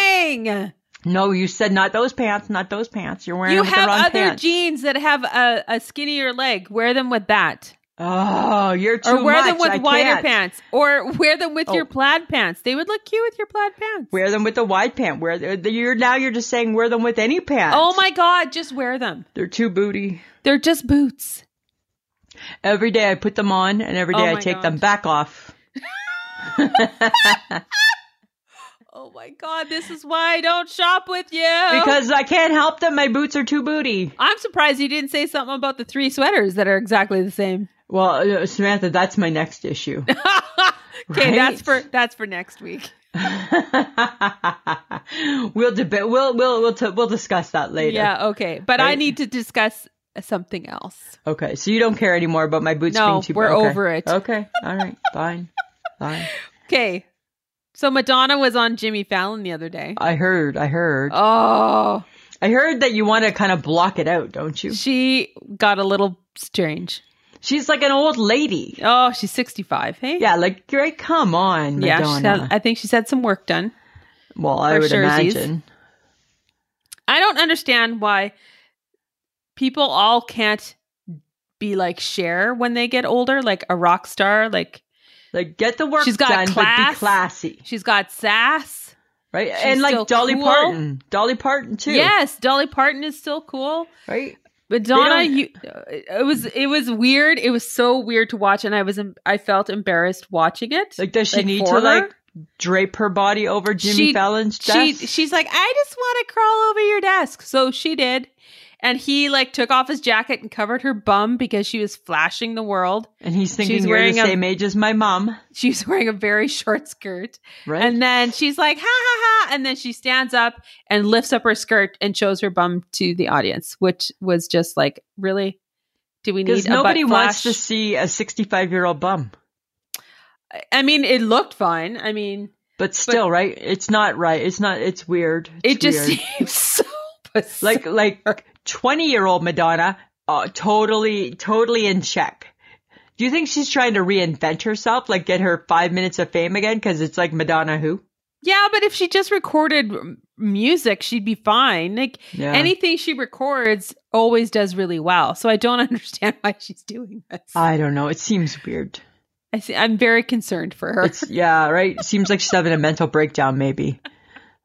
B: saying no you said not those pants not those pants you're wearing
A: You
B: them with the
A: have
B: wrong
A: other
B: pants
A: jeans that have a, a skinnier leg. Wear them with that.
B: oh you're too
A: Or wear them
B: much.
A: with
B: I
A: wider
B: can't.
A: pants. Or wear them with your
B: Oh.
A: plaid pants. They would look cute with your plaid pants.
B: Wear them with the wide pant. Wear the, you're now you're just saying wear them with any pants.
A: oh my God, just wear them.
B: They're too booty.
A: They're just boots.
B: Every day I put them on, and every
A: Oh
B: day I
A: my
B: take
A: God.
B: them back off.
A: Oh my God, this is why I don't shop with you.
B: Because I can't help them. My boots are too booty.
A: I'm surprised you didn't say something about the three sweaters that are exactly the same.
B: Well, uh, Samantha, that's my next issue.
A: okay, that's for
B: Right.
A: that's for next week.
B: we'll debate. We'll we'll we'll, t- we'll discuss that later.
A: Yeah, okay. But I
B: Right.
A: need to discuss something else.
B: Okay, so you don't care anymore about my boots
A: No,
B: being too
A: we're
B: okay.
A: over it.
B: Okay, all right, fine, fine.
A: Okay. So Madonna was on Jimmy Fallon the other day.
B: I heard, I heard,
A: Oh,
B: I heard that you want to kind of block it out, don't you?
A: she got a little strange.
B: She's like an old lady.
A: Oh, she's 65. Hey.
B: Yeah, like right. Come on,
A: Yeah, she
B: Madonna.
A: had- I think she's had some work done.
B: well, I
A: for
B: would
A: sure, Aziz.
B: imagine.
A: I don't understand why people all can't be like Cher when they get older, like a rock star. Like
B: Like, get the work
A: She's got
B: done, but be
A: class.
B: classy,
A: she's got sass.
B: right?
A: She's
B: and
A: still
B: like Dolly
A: cool.
B: Parton, Dolly Parton too,
A: Yes, Dolly Parton is still cool.
B: right?
A: Madonna,
B: don't-
A: you, it was it was weird. It was so weird to watch, and I was em- I felt embarrassed watching it.
B: Like, does she
A: Like,
B: need
A: for
B: to
A: her?
B: like drape her body over Jimmy
A: She-
B: Fallon's
A: she
B: desk?
A: she's like, I just want to crawl over your desk. So she did, and he like took off his jacket and covered her bum because she was flashing the world.
B: and he's thinking
A: she's
B: you're the
A: wearing a-
B: same age as my mom,
A: She's wearing a very short skirt,
B: right?
A: and then she's like, ha ha ha, and then she stands up and lifts up her skirt and shows her bum to the audience, which was just like, really. Do we need
B: Because
A: a butt
B: nobody wants
A: flash?
B: to see a 65 year old bum.
A: I- I mean, it looked fine. I mean,
B: But still, right? It's not right. It's not. It's weird. It's
A: it just
B: weird.
A: seems so bizarre.
B: like like 20 year old Madonna, uh, totally totally in check. Do you think she's trying to reinvent herself, like get her five minutes of fame again? Because it's like Madonna who?
A: yeah, but if she just recorded m- music, she'd be fine. Like
B: Yeah.
A: anything she records always does really well. So I don't understand why she's doing this.
B: I don't know. It seems weird.
A: I see, I'm very concerned for her.
B: It's yeah, right. Seems like she's having a mental breakdown, maybe.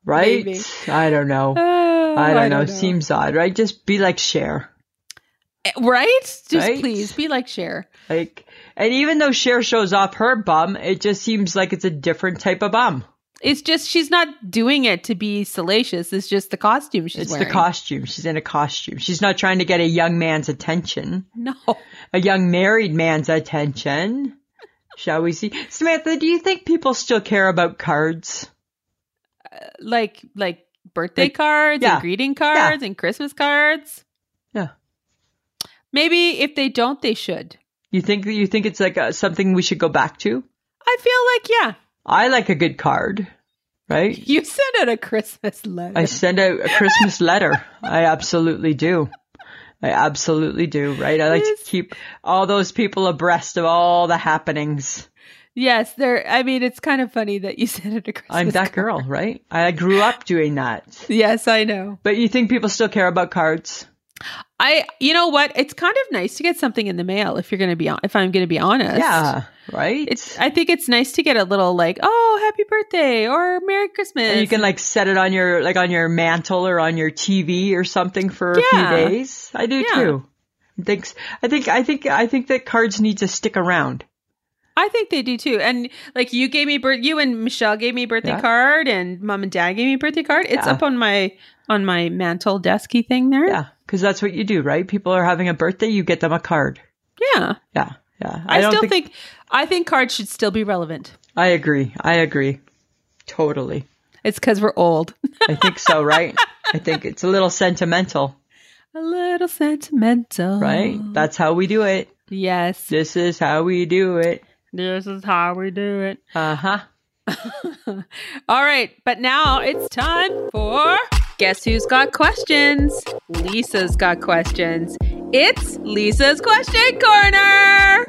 B: Right?
A: Maybe.
B: I don't know.
A: Oh,
B: I don't, know. Seems odd, right? Just be like Cher.
A: Eh, right. Just
B: Right?
A: please be like Cher.
B: Like, and even though Cher shows off her bum, it just seems like it's a different type of bum.
A: It's just she's not doing it to be salacious. It's just the costume she's
B: it's
A: wearing.
B: the costume. She's in a costume. She's not trying to get a young man's attention,
A: No,
B: a young married man's attention. Shall we see? Samantha, do you think people still care about cards?
A: like like birthday
B: Like-
A: cards
B: yeah.
A: and greeting cards and Christmas cards.
B: Yeah.
A: Maybe if they don't, they should.
B: You think you think it's like uh something we should go back to?
A: I feel like yeah.
B: I like a good card, right?
A: You sent out a Christmas letter.
B: I send out a Christmas letter. I absolutely do. I absolutely do, right? I like to
A: Yes.
B: keep all those people abreast of all the happenings.
A: Yes, there. I mean, it's kind of funny that you sent it a Christmas.
B: I'm that
A: card.
B: girl, right? I grew up doing that.
A: Yes, I know.
B: But you think people still care about cards?
A: I, you know what? It's kind of nice to get something in the mail if you're going to be on. If I'm going to be honest,
B: Yeah, right?
A: It's. I think it's nice to get a little like, oh, happy birthday or Merry Christmas.
B: and you can like set it on your like on your mantle or on your TV or something for a
A: Yeah.
B: few days. I do
A: Yeah.
B: too. Thanks. I think I think I think that cards need to stick around.
A: I think they do too. And like you gave me birth, you and Michelle gave me a birthday
B: Yeah.
A: card, and mom and dad gave me a birthday card. It's
B: Yeah.
A: up on my on my mantle desky thing there.
B: Yeah, because that's what you do, right? People are having a birthday, you get them a card.
A: Yeah.
B: Yeah, yeah.
A: I,
B: don't
A: still think, I think cards should still be relevant.
B: I agree. I agree. Totally.
A: It's because we're old.
B: I think so, right? I think it's a little sentimental,
A: a little sentimental,
B: right? That's how we do it.
A: Yes.
B: This is how we do it.
A: This is how we do it.
B: Uh huh.
A: All right, but now it's time for Guess Who's Got Questions? Lisa's Got Questions. It's Lisa's Question Corner.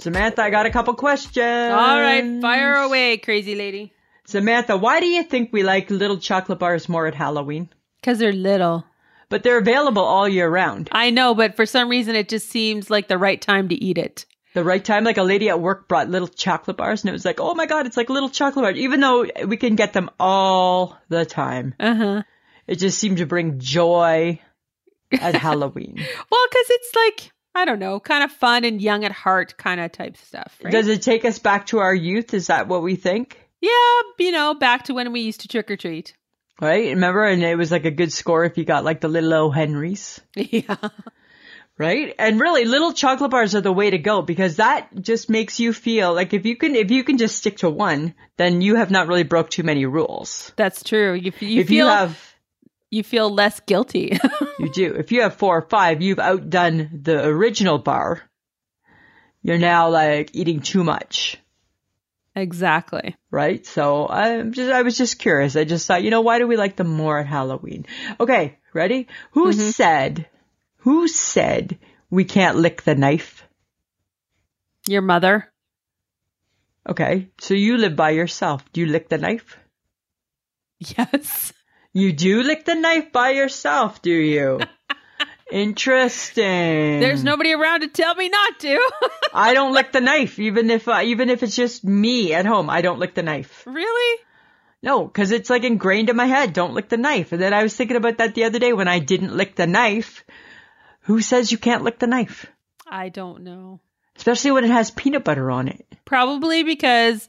B: Samantha, I got a couple questions.
A: All right, fire away, crazy lady.
B: Samantha, why do you think we like little chocolate bars more at Halloween?
A: Because they're little.
B: But they're available all year round.
A: I know, but for some reason, it just seems like the right time to eat it.
B: The right time, like a lady at work brought little chocolate bars, and it was like, oh my god, it's like little chocolate bars, even though we can get them all the time.
A: Uh huh.
B: It just seemed to bring joy at Halloween.
A: Well, because it's like, I don't know, kind of fun and young at heart kind of type stuff. Right?
B: Does it take us back to our youth? Is that what we think?
A: yeah, you know, back to when we used to trick or treat.
B: Right? Remember? And it was like a good score if you got like the little O. Henrys.
A: yeah.
B: Right? And really, little chocolate bars are the way to go because that just makes you feel like if you can, if you can just stick to one, then you have not really broke too many rules.
A: That's true. You, f- you
B: if
A: feel
B: you have
A: you feel less guilty.
B: you do. If you have four or five, you've outdone the original bar. You're now like eating too much,
A: exactly.
B: right? So I'm just, I was just curious. I just thought, you know, why do we like them more at Halloween? Okay, ready? Who
A: Mm-hmm.
B: said, who said we can't lick the knife?
A: Your mother?
B: Okay, so you live by yourself. Do you lick the knife?
A: Yes.
B: You do lick the knife by yourself, do you? Interesting.
A: There's nobody around to tell me not to.
B: I don't lick the knife, even if uh, even if it's just me at home. I don't lick the knife.
A: really?
B: No, because it's like ingrained in my head. Don't lick the knife. And then I was thinking about that the other day when I didn't lick the knife. Who says you can't lick the knife?
A: I don't know.
B: Especially when it has peanut butter on it.
A: Probably because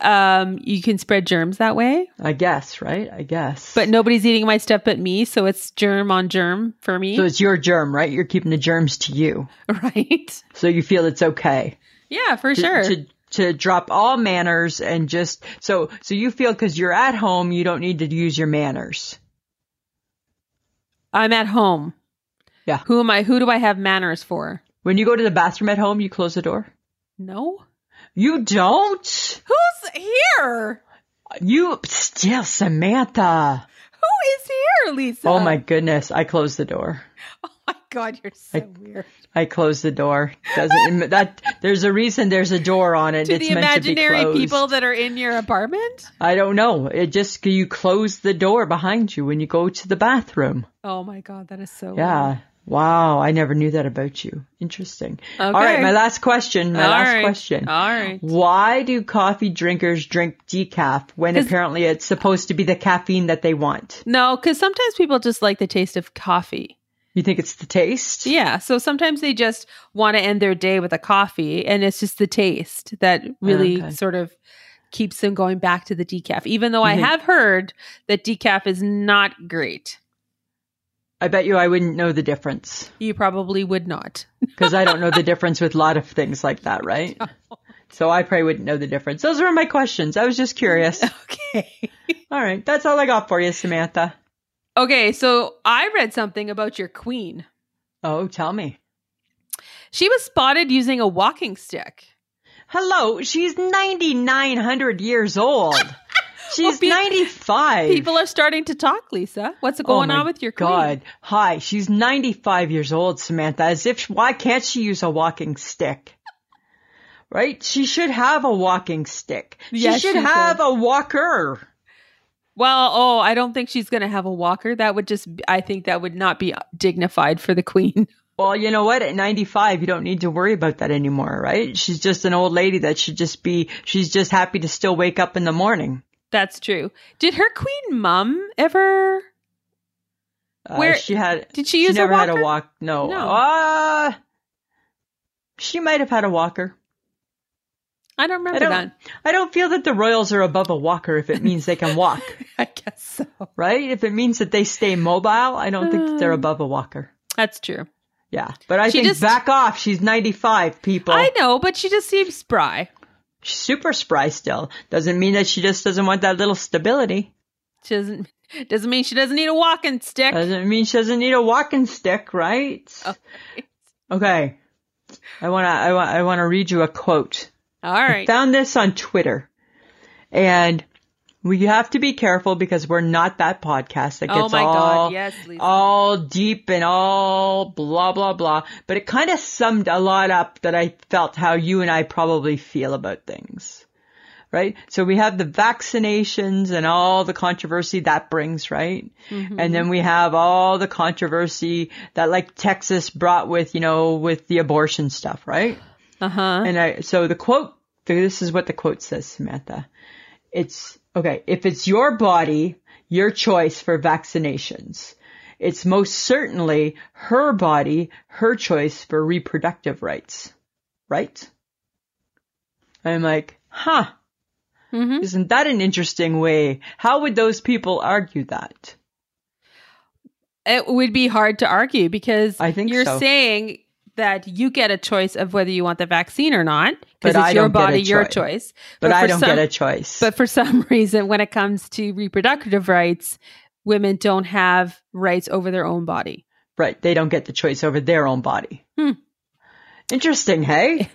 A: um, you can spread germs that way,
B: I guess, right? I guess.
A: but nobody's eating my stuff but me. So it's germ on germ for me.
B: so it's your germ, right? You're keeping the germs to you,
A: right?
B: so you feel it's okay.
A: Yeah, for
B: to-
A: sure.
B: to to drop all manners and just so so you feel because you're at home you don't need to use your manners
A: I'm at home.
B: Yeah.
A: Who am I? Who do I have manners for?
B: when you go to the bathroom at home you close the door
A: No.
B: you don't
A: Who's here?
B: you still samantha
A: Who is here, Lisa?
B: oh my goodness i close the door
A: Oh my God, you're so weird.
B: i close the door doesn't that there's a reason there's a door on it
A: To
B: it's
A: the
B: meant
A: imaginary
B: to be closed.
A: people that are in your apartment?
B: i don't know it just you close the door behind you when you go to the bathroom
A: Oh my God, that is so
B: Yeah. Wow. I never knew that about you. Interesting. All right.
A: Okay.
B: My last question. My
A: All
B: last
A: right.
B: question.
A: All right.
B: Why do coffee drinkers drink decaf when
A: 'Cause-
B: apparently it's supposed to be the caffeine that they want?
A: No, because sometimes people just like the taste of coffee.
B: You think it's the taste?
A: Yeah. So sometimes they just want to end their day with a coffee, and it's just the taste that really
B: Okay.
A: sort of keeps them going back to the decaf, even though I
B: Mhm.
A: have heard that decaf is not great.
B: I bet you I wouldn't know the difference
A: You probably would not.
B: because I don't know the difference with a lot of things like that, right? So I probably wouldn't know the difference. Those were my questions. I was just curious.
A: Okay.
B: All right. That's all I got for you, Samantha.
A: Okay. So I read something about your queen.
B: Oh, tell me.
A: She was spotted using a walking stick.
B: Hello, she's 9,900 years old. She's
A: pe-
B: 95.
A: People are starting to talk, Lisa. What's
B: Oh
A: going
B: my
A: on with your queen?
B: God. Hi, she's 95 years old, Samantha. As if, why can't she use a walking stick? Right? She should have a walking stick.
A: Yes,
B: she should
A: she
B: have a walker.
A: Well, oh, I don't think she's going to have a walker. That would just, be- I think that would not be dignified for the queen.
B: Well, you know what? At 95, you don't need to worry about that anymore, right? She's just an old lady that should just be, she's just happy to still wake up in the morning.
A: That's true. Did her queen mum ever?
B: Uh,
A: Where-
B: she had
A: Did she use
B: she never
A: a
B: had
A: walker?
B: a walk. No.
A: No.
B: Uh, she might have had a walker.
A: I don't remember
B: I don't, I don't feel that the Royals are above a walker if it means they can walk,
A: that. I guess so.
B: right? If it means that they stay mobile, I don't think that they're
A: Um,
B: above a walker.
A: That's true.
B: Yeah. But I
A: She
B: think
A: just-
B: back off. She's 95, people.
A: I know, but she just seems spry.
B: She's super spry still. Doesn't mean that she just doesn't want that little stability.
A: She doesn't doesn't mean she doesn't need a walking stick.
B: Doesn't mean she doesn't need a walking stick, right?
A: All right.
B: Okay. I want to I want I want to read you a quote.
A: All right.
B: found this on Twitter. And we have to be careful because we're not that podcast that gets
A: Oh my
B: all,
A: God. Yes, Lisa.
B: all deep and all blah, blah, blah. But it kind of summed a lot up that I felt how you and I probably feel about things. Right? So we have the vaccinations and all the controversy that brings, right?
A: Mm-hmm.
B: And then we have all the controversy that like Texas brought with, you know, with the abortion stuff, right?
A: Uh huh.
B: And I, so the quote, this is what the quote says, Samantha. It's, okay, if it's your body, your choice for vaccinations. It's most certainly her body, her choice for reproductive rights. Right? I'm like, huh,
A: hmm
B: isn't that an interesting way? How would those people argue that?
A: It would be hard to argue because
B: I think
A: you're
B: so.
A: saying that you get a choice of whether you want the vaccine or not because
B: But
A: it's
B: I
A: your
B: don't get a
A: body, your
B: choice.
A: choice.
B: But, I
A: for
B: don't
A: some-
B: get a choice.
A: But for some reason, when it comes to reproductive rights, women don't have rights over their own body.
B: Right. They don't get the choice over their own body.
A: Hmm.
B: Interesting, hey?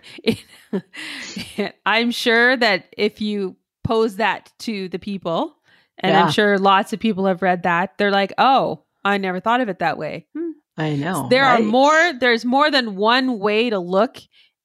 A: I'm sure that if you pose that to the people, and
B: Yeah.
A: I'm sure lots of people have read that, they're like, oh, I never thought of it that way. Hmm.
B: I know.
A: there are
B: Oh, right?
A: more there's more than one way to look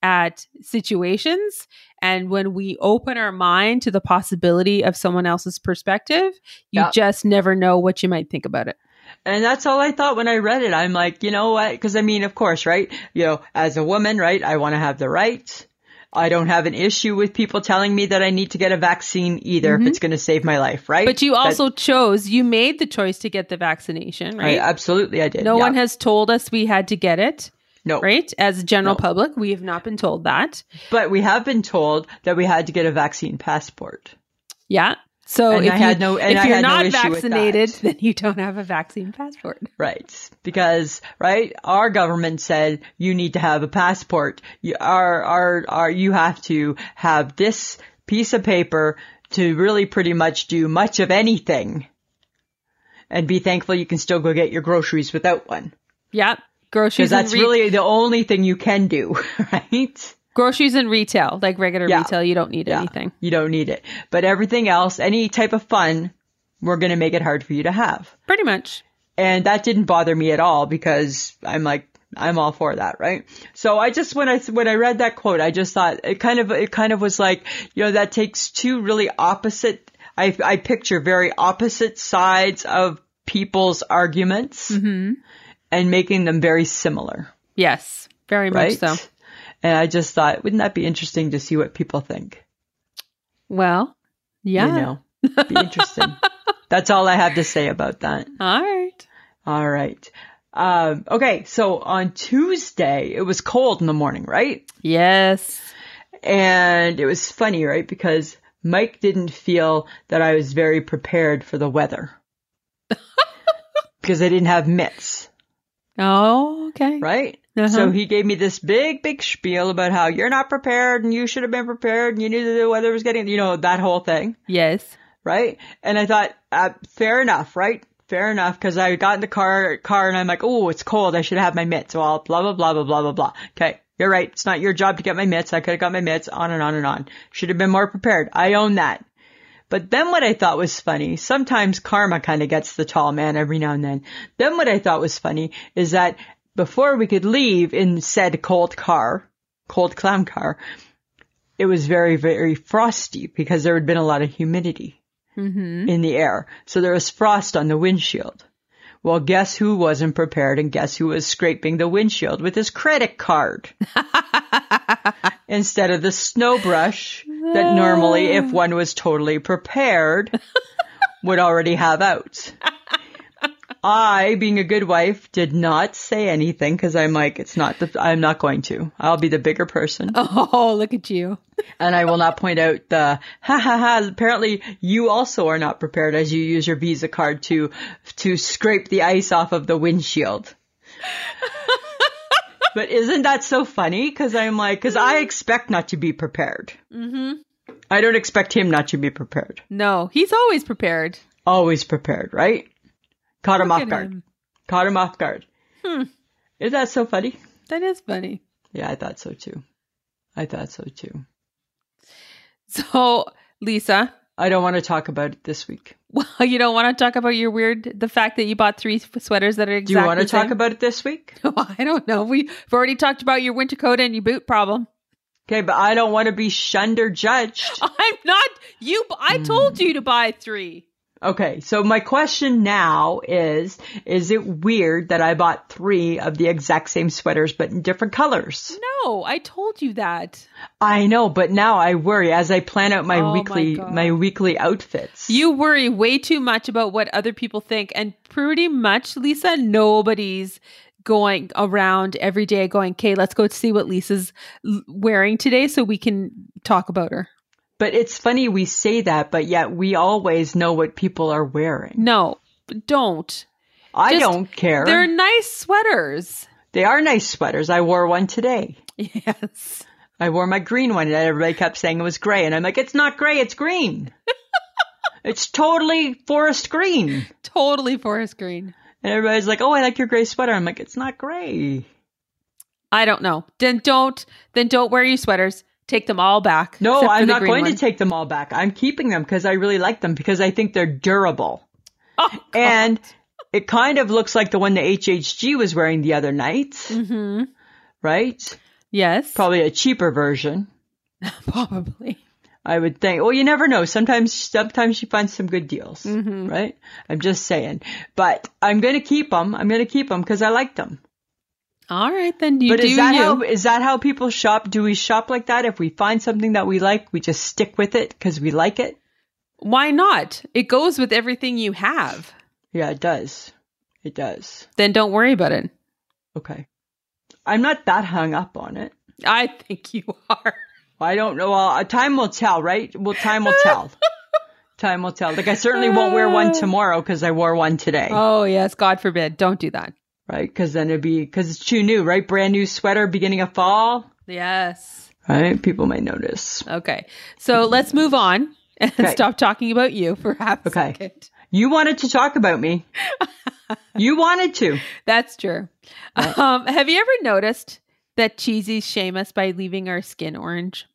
A: at situations and when we open our mind to the possibility of someone else's perspective you
B: Yeah.
A: just never know what you might think about it
B: And that's all I thought when I read it. I'm like, you know what? Because I mean, of course, right? You know, as a woman, right? I want to have the right. I don't have an issue with people telling me that I need to get a vaccine either if it's going to save my life, right?
A: Mm-hmm. but you
B: That-
A: also chose you made the choice to get the vaccination
B: I-
A: right
B: absolutely, I did.
A: no
B: yeah.
A: one has told us we had to get it
B: no.
A: right as general
B: No.
A: public we have not been told that
B: But we have been told that we had to get a vaccine passport.
A: yeah so
B: And
A: if,
B: I had
A: you,
B: no- and
A: if
B: I
A: you're
B: had no
A: not
B: issue with that.
A: vaccinated then you don't have a vaccine passport
B: Right. Because, right, our government said you need to have a passport. You are, are, are, you have to have this piece of paper to really pretty much do much of anything. And be thankful you can still go get your groceries without one.
A: yeah
B: Because
A: groceries and
B: that's
A: re-
B: really the only thing you can do, right?
A: groceries and retail like regular
B: Yeah.
A: retail you don't need
B: Yeah.
A: anything
B: You don't need it. But everything else, any type of fun, we're going to make it hard for you to have.
A: pretty much
B: And that didn't bother me at all because I'm like, I'm all for that, right? So I just, when I, when I read that quote, I just thought it kind of, it kind of was like, you know, that takes two really opposite, I, I picture very opposite sides of people's arguments
A: Mm-hmm.
B: and making them very similar,
A: yes very
B: right?
A: much so
B: And I just thought, wouldn't that be interesting to see what people think?
A: well yeah
B: You know, It'd be interesting. That's all I have to say about that.
A: all right
B: All right. Um, okay, so on Tuesday, it was cold in the morning, right?
A: yes
B: And it was funny, right? Because Mike didn't feel that I was very prepared for the weather because I didn't have mitts,
A: oh okay
B: right?
A: Uh-huh.
B: So he gave me this big, big spiel about how you're not prepared and you should have been prepared and you knew that the weather was getting, you know, that whole thing.
A: yes
B: right? And I thought, uh, fair enough, right? Fair enough, because I got in the car, car, and I'm like, oh, it's cold. I should have my mitts. Well, blah blah blah blah blah blah blah. Okay, you're right. It's not your job to get my mitts. I could have got my mitts. On and on and on. Should have been more prepared. I own that. But then what I thought was funny, sometimes karma kind of gets the tall man every now and then. Then what I thought was funny is that before we could leave in said cold car, cold clown car, it was very, very frosty because there had been a lot of humidity
A: mm-hmm
B: in the air. So there was frost on the windshield. Well, guess who wasn't prepared and guess who was scraping the windshield with his credit card instead of the snow brush that normally, if one was totally prepared, would already have out. I, being a good wife, did not say anything because I'm like, it's not the, I'm not going to. I'll be the bigger person.
A: oh look at you
B: And I will not point out the ha ha ha. Apparently, you also are not prepared as you use your Visa card to to scrape the ice off of the windshield. but isn't that so funny? Because I'm like, because I expect not to be prepared. Mm-hmm. I don't expect him not to be prepared.
A: no he's always prepared
B: Always prepared, right? Caught him
A: Look
B: off
A: at
B: guard.
A: him. Hmm.
B: Caught him off guard. Isn't that so funny?
A: that is funny
B: Yeah, I thought so too. I thought so too.
A: so lisa
B: I don't want to talk about it this week.
A: well you don't want to talk about your weird the fact that you bought three f- sweaters that are
B: Do
A: exactly
B: you want to
A: the same?
B: talk about it this week?
A: i don't know we've already talked about your winter coat and your boot problem
B: Okay, but I don't want to be shunned or judged.
A: i'm not you b-
B: Hmm.
A: i told you to buy three
B: Okay, so my question now is Is it weird that I bought three of the exact same sweaters but in different colors?
A: No, I told you that.
B: I know, but now I worry as I plan out my
A: Oh my
B: weekly
A: God.
B: my, weekly outfits.
A: You worry way too much about what other people think. And pretty much, Lisa, nobody's going around every day going, okay, let's go see what Lisa's l- wearing today so we can talk about her.
B: but it's funny we say that, but yet we always know what people are wearing.
A: No, don't.
B: I
A: Just-
B: don't care.
A: They're nice sweaters.
B: They are nice sweaters. I wore one today.
A: Yes.
B: I wore my green one and everybody kept saying it was gray and I'm like, it's not gray, it's green. It's totally forest green.
A: Totally forest green.
B: And everybody's like, "Oh, I like your gray sweater." I'm like, "It's not gray."
A: I don't know. Then don't then don't wear your sweaters. Take them all back.
B: No,
A: except for
B: I'm
A: the
B: not
A: green
B: going
A: one.
B: to take them all back. I'm keeping them because I really like them because I think they're durable.
A: Oh,
B: And it kind of looks like the one that HHG was wearing the other night,
A: hmm
B: right?
A: Yes.
B: Probably a cheaper version,
A: Probably.
B: I would think. Well, you never know. Sometimes, sometimes she finds some good deals,
A: Mm-hmm.
B: right? I'm just saying. But I'm going to keep them. I'm going to keep them because I like them.
A: All right, then you
B: But
A: do
B: is that
A: you.
B: how is that how people shop? Do we shop like that? If we find something that we like, we just stick with it because we like it.
A: Why not? It goes with everything you have.
B: Yeah, it does. It does.
A: Then don't worry about it.
B: Okay. I'm not that hung up on it.
A: I think you are.
B: I don't know. Uh, time will tell, right? Well, time will tell. time will tell. Like I certainly won't wear one tomorrow because I wore one today, Right? 'Cause
A: Oh yes, God forbid. Don't do that.
B: right? Because then it'd be because it's too new, right? Brand new sweater, beginning of fall,
A: Yes.
B: right? People might notice.
A: Okay. So let's move on and
B: Okay.
A: stop talking about you for half a
B: Okay.
A: second.
B: You wanted to talk about me. you wanted to.
A: That's true. Um, have you ever noticed that cheesies shame us by leaving our skin orange?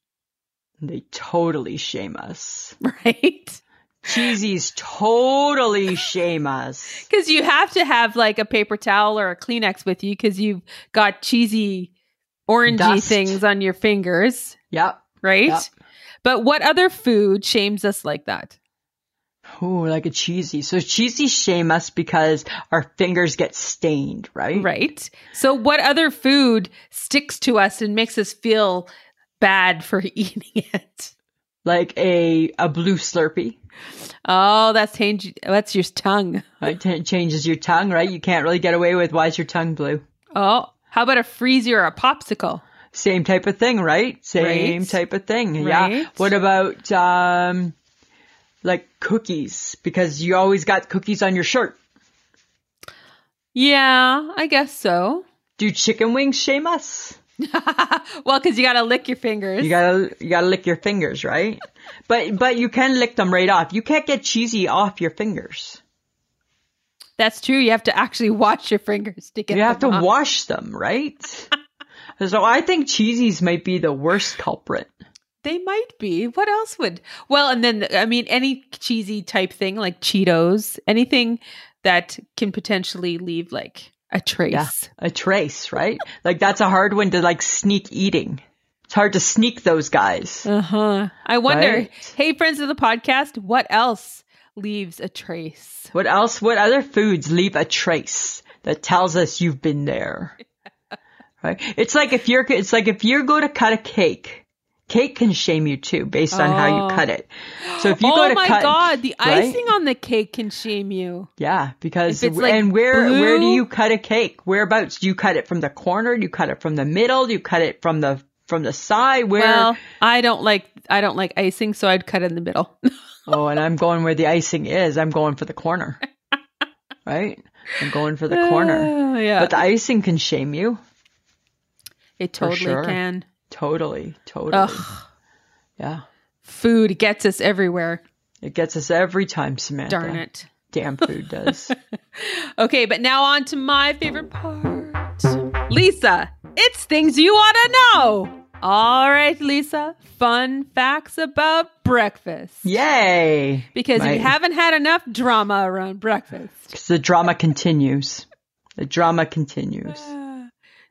B: They totally shame us.
A: Right?
B: Cheesies totally shame us.
A: Because you have to have like a paper towel or a Kleenex with you because you've got cheesy orangey
B: Dust.
A: things on your fingers,
B: Yep.
A: right?
B: Yep.
A: But what other food shames us like that?
B: Oh, like a cheesy. So cheesy shame us because our fingers get stained, right?
A: Right. So, what other food sticks to us and makes us feel bad for eating it?
B: Like a a blue slurpee.
A: Oh, that's change. That's your tongue.
B: Right? It changes your tongue, right? You can't really get away with why is your tongue blue?
A: Oh, how about a freezer or a popsicle?
B: Same type of thing, right? Same
A: Right.
B: type of thing. Yeah.
A: Right.
B: What about um like cookies? Because you always got cookies on your shirt.
A: Yeah, I guess so.
B: Do chicken wings shame us?
A: well, because you gotta lick your fingers.
B: You gotta you gotta lick your fingers, right? but but you can lick them right off. You can't get cheesy off your fingers.
A: that's true. You have to actually wash your fingers to get.
B: you have to
A: them off.
B: wash them, right? so I think cheesies might be the worst culprit.
A: They might be. What else would? Well, and then I mean, any cheesy type thing like Cheetos, anything that can potentially leave like a trace.
B: A trace, right? like that's a hard one to like sneak eating. It's hard to sneak those guys.
A: Uh huh. I wonder.
B: Right.
A: Hey, friends of the podcast, what else leaves a trace?
B: What else? What other foods leave a trace that tells us you've been there? right? It's like if you're it's like if you go to cut a cake. Cake can shame you too based on how
A: Oh.
B: you cut it. So if you
A: oh
B: go to
A: my
B: cut
A: god, the
B: right?
A: icing on the cake can shame you.
B: Yeah, because
A: If it's, like,
B: and where where do
A: blue-
B: you cut a cake? Whereabouts do you cut it from the corner? Do you cut it from the middle? Do you cut it from the from the side? Where?
A: Well, I don't like I don't like icing, so I'd cut in the middle.
B: oh, and I'm going where the icing is. I'm going for the corner. right? I'm going for the corner.
A: Oh, yeah,
B: But the icing can shame you.
A: it totally
B: sure.
A: can.
B: Totally, totally.
A: Ugh,
B: Yeah.
A: food gets us everywhere.
B: It gets us every time, Samantha.
A: Darn it.
B: Damn food does.
A: Okay, but now on to my favorite part. Lisa, it's things you want to know. All right, Lisa, fun facts about breakfast.
B: Yay.
A: Because
B: Right.
A: we haven't had enough drama around breakfast.
B: 'Cause the drama continues. The drama continues.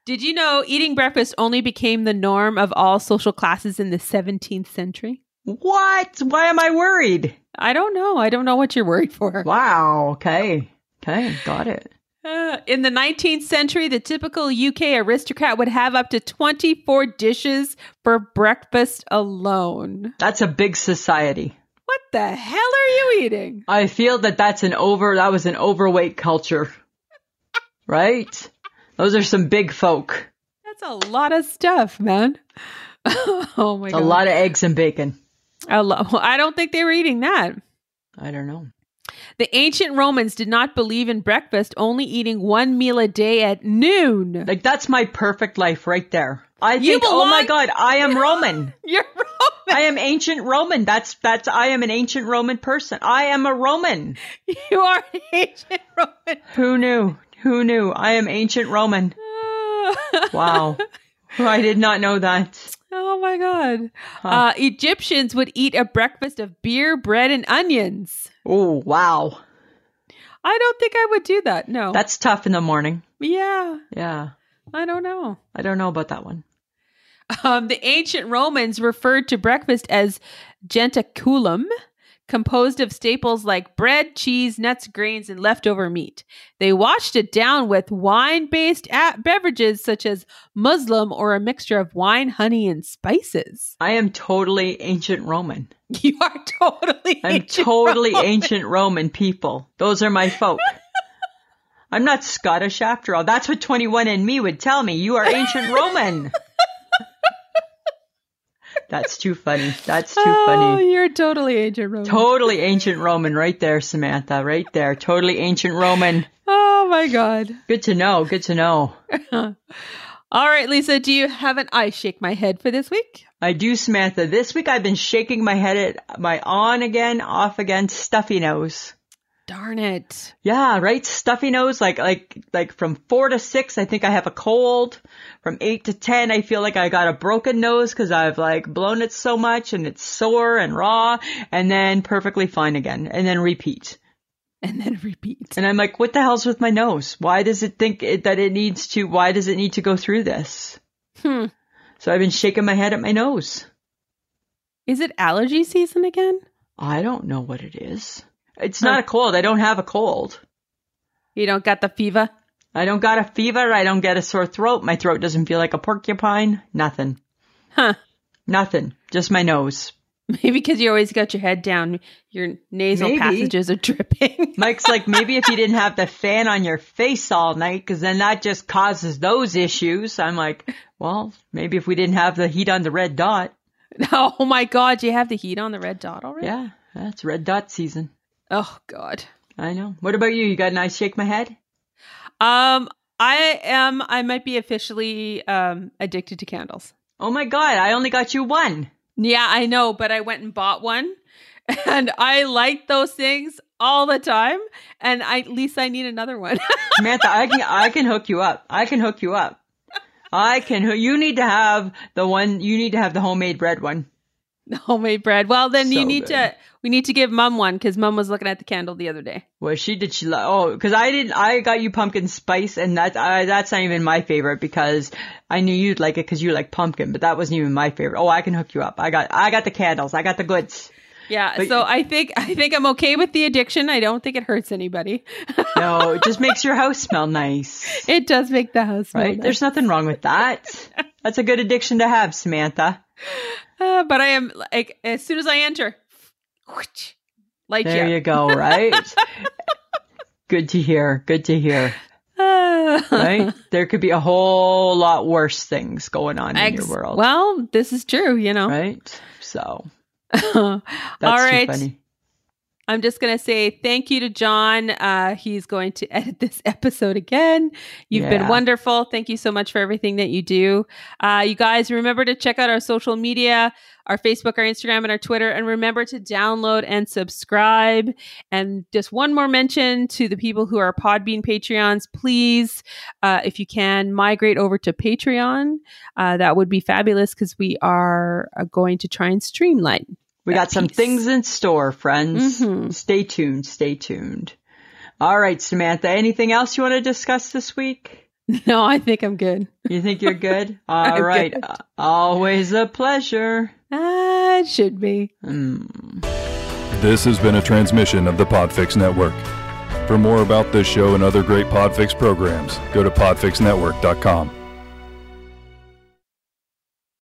A: Did you know eating breakfast only became the norm of all social classes in the 17th century?
B: What? Why am I worried?
A: I don't know. I don't know what you're worried for.
B: Wow. Okay. Okay. Got it.
A: Uh, in the 19th century, the typical UK aristocrat would have up to 24 dishes for breakfast alone.
B: That's a big society.
A: What the hell are you eating?
B: I feel that that's an over, that was an overweight culture. Right? Those are some big folk.
A: That's a lot of stuff, man. oh my
B: A
A: god.
B: lot of eggs and bacon.
A: A lo- well, I don't think they were eating that.
B: I don't know.
A: The ancient Romans did not believe in breakfast, only eating one meal a day at noon.
B: Like that's my perfect life right there. I
A: You
B: think, oh my
A: belong-
B: God, I am Roman.
A: You're Roman.
B: I am ancient Roman. That's that's I am an ancient Roman person. I am a Roman.
A: You are an ancient Roman.
B: Who knew? Who knew? I am ancient Roman. Wow. I did not know that.
A: Oh my God. Uh, Egyptians would eat a breakfast of beer, bread, and onions.
B: Oh, wow.
A: I don't think I would do that. No.
B: That's tough in the morning.
A: yeah.
B: Yeah.
A: I don't know.
B: I don't know about that one.
A: Um, the ancient Romans referred to breakfast as gentaculum, composed of staples like bread, cheese, nuts, grains, and leftover meat. They washed it down with wine based beverages such as Muslim or a mixture of wine, honey, and spices.
B: I am totally ancient Roman.
A: You are totally
B: I'm
A: ancient
B: totally
A: Roman.
B: ancient Roman people. Those are my folk. I'm not Scottish after all. That's what 21 and me would tell me. You are ancient Roman. That's too funny. That's too
A: Oh,
B: funny.
A: you're totally ancient Roman.
B: Totally ancient Roman right there, Samantha, right there. Totally ancient Roman.
A: oh my god.
B: Good to know. Good to know.
A: All right, Lisa, do you have an I shake my head for this week?
B: I do, Samantha. This week I've been shaking my head at my on again, off again stuffy nose.
A: Darn it.
B: Yeah, right. Stuffy nose, like like like from four to six, I think I have a cold. From eight to ten, I feel like I got a broken nose because I've like blown it so much and it's sore and raw, and then perfectly fine again, and then repeat.
A: And then repeat.
B: And I'm like, what the hell's with my nose? Why does it think it, that it needs to? Why does it need to go through this?
A: Hmm.
B: So I've been shaking my head at my nose.
A: Is it allergy season again?
B: I don't know what it is. It's
A: Huh.
B: not a cold. I don't have a cold.
A: You don't got the fever?
B: I don't got a fever. I don't get a sore throat. My throat doesn't feel like a porcupine. Nothing.
A: Huh.
B: Nothing. Just my nose.
A: Maybe because you always got your head down, your nasal
B: Maybe.
A: passages are dripping.
B: Mike's like, maybe if you didn't have the fan on your face all night, because then that just causes those issues. I'm like, well, maybe if we didn't have the heat on the red dot.
A: oh my God, you have the heat on the red dot already?
B: Yeah, that's red dot season.
A: Oh God.
B: I know. What about you? You got an I shake my head?
A: Um, I am, I might be officially um, addicted to candles.
B: Oh my God, I only got you one.
A: Yeah, I know, but I went and bought one and I like those things all the time. And I, at least I need another one.
B: Samantha, I can I can hook you up. I can hook you up. I can. hoo- You need to have the one. You need to have the homemade bread one.
A: Homemade bread. Well, then you
B: So
A: need
B: good.
A: to, we need to give mom one because mom was looking at the candle the other day.
B: Well, she did. She like oh, because I didn't. I got you pumpkin spice, and that I, that's not even my favorite because I knew you'd like it because you like pumpkin, but that wasn't even my favorite. Oh, I can hook you up. I got I got the candles. I got the goods.
A: Yeah,
B: But-
A: so I think I think I'm okay with the addiction. I don't think it hurts anybody.
B: No, it just makes your house smell nice,
A: It does make the house smell
B: right?
A: nice.
B: There's nothing wrong with that. That's a good addiction to have, Samantha.
A: Uh, but I am like as soon as I enter, whoosh, light
B: There
A: year.
B: you go. Right. Good to hear. Good to hear.
A: Ah.
B: right? there could be a whole lot worse things going on in
A: Ex-
B: your world,
A: Well, this is true, you know.
B: right? So
A: All
B: that's too
A: right.
B: funny.
A: I'm just going to say thank you to John. Uh, he's going to edit this episode again. You've been
B: Yeah.
A: wonderful. Thank you so much for everything that you do. Uh, you guys, remember to check out our social media, our Facebook, our Instagram, and our Twitter. And remember to download and subscribe. And just one more mention to the people who are Podbean Patreons, please, uh, if you can, migrate over to Patreon. Uh, that would be fabulous because we are uh, going to try and streamline
B: We
A: that
B: got some
A: piece.
B: things in store, friends.
A: Mhm.
B: Stay tuned. Stay tuned. All right, Samantha. Anything else you want to discuss this week?
A: No, I think I'm good.
B: You think you're good? All
A: I'm
B: right.
A: good.
B: Uh, Always a pleasure.
A: Ah, it should be.
B: Mm.
C: This has been a transmission of the Podfix Network. For more about this show and other great Podfix programs, go to podfixnetwork.com.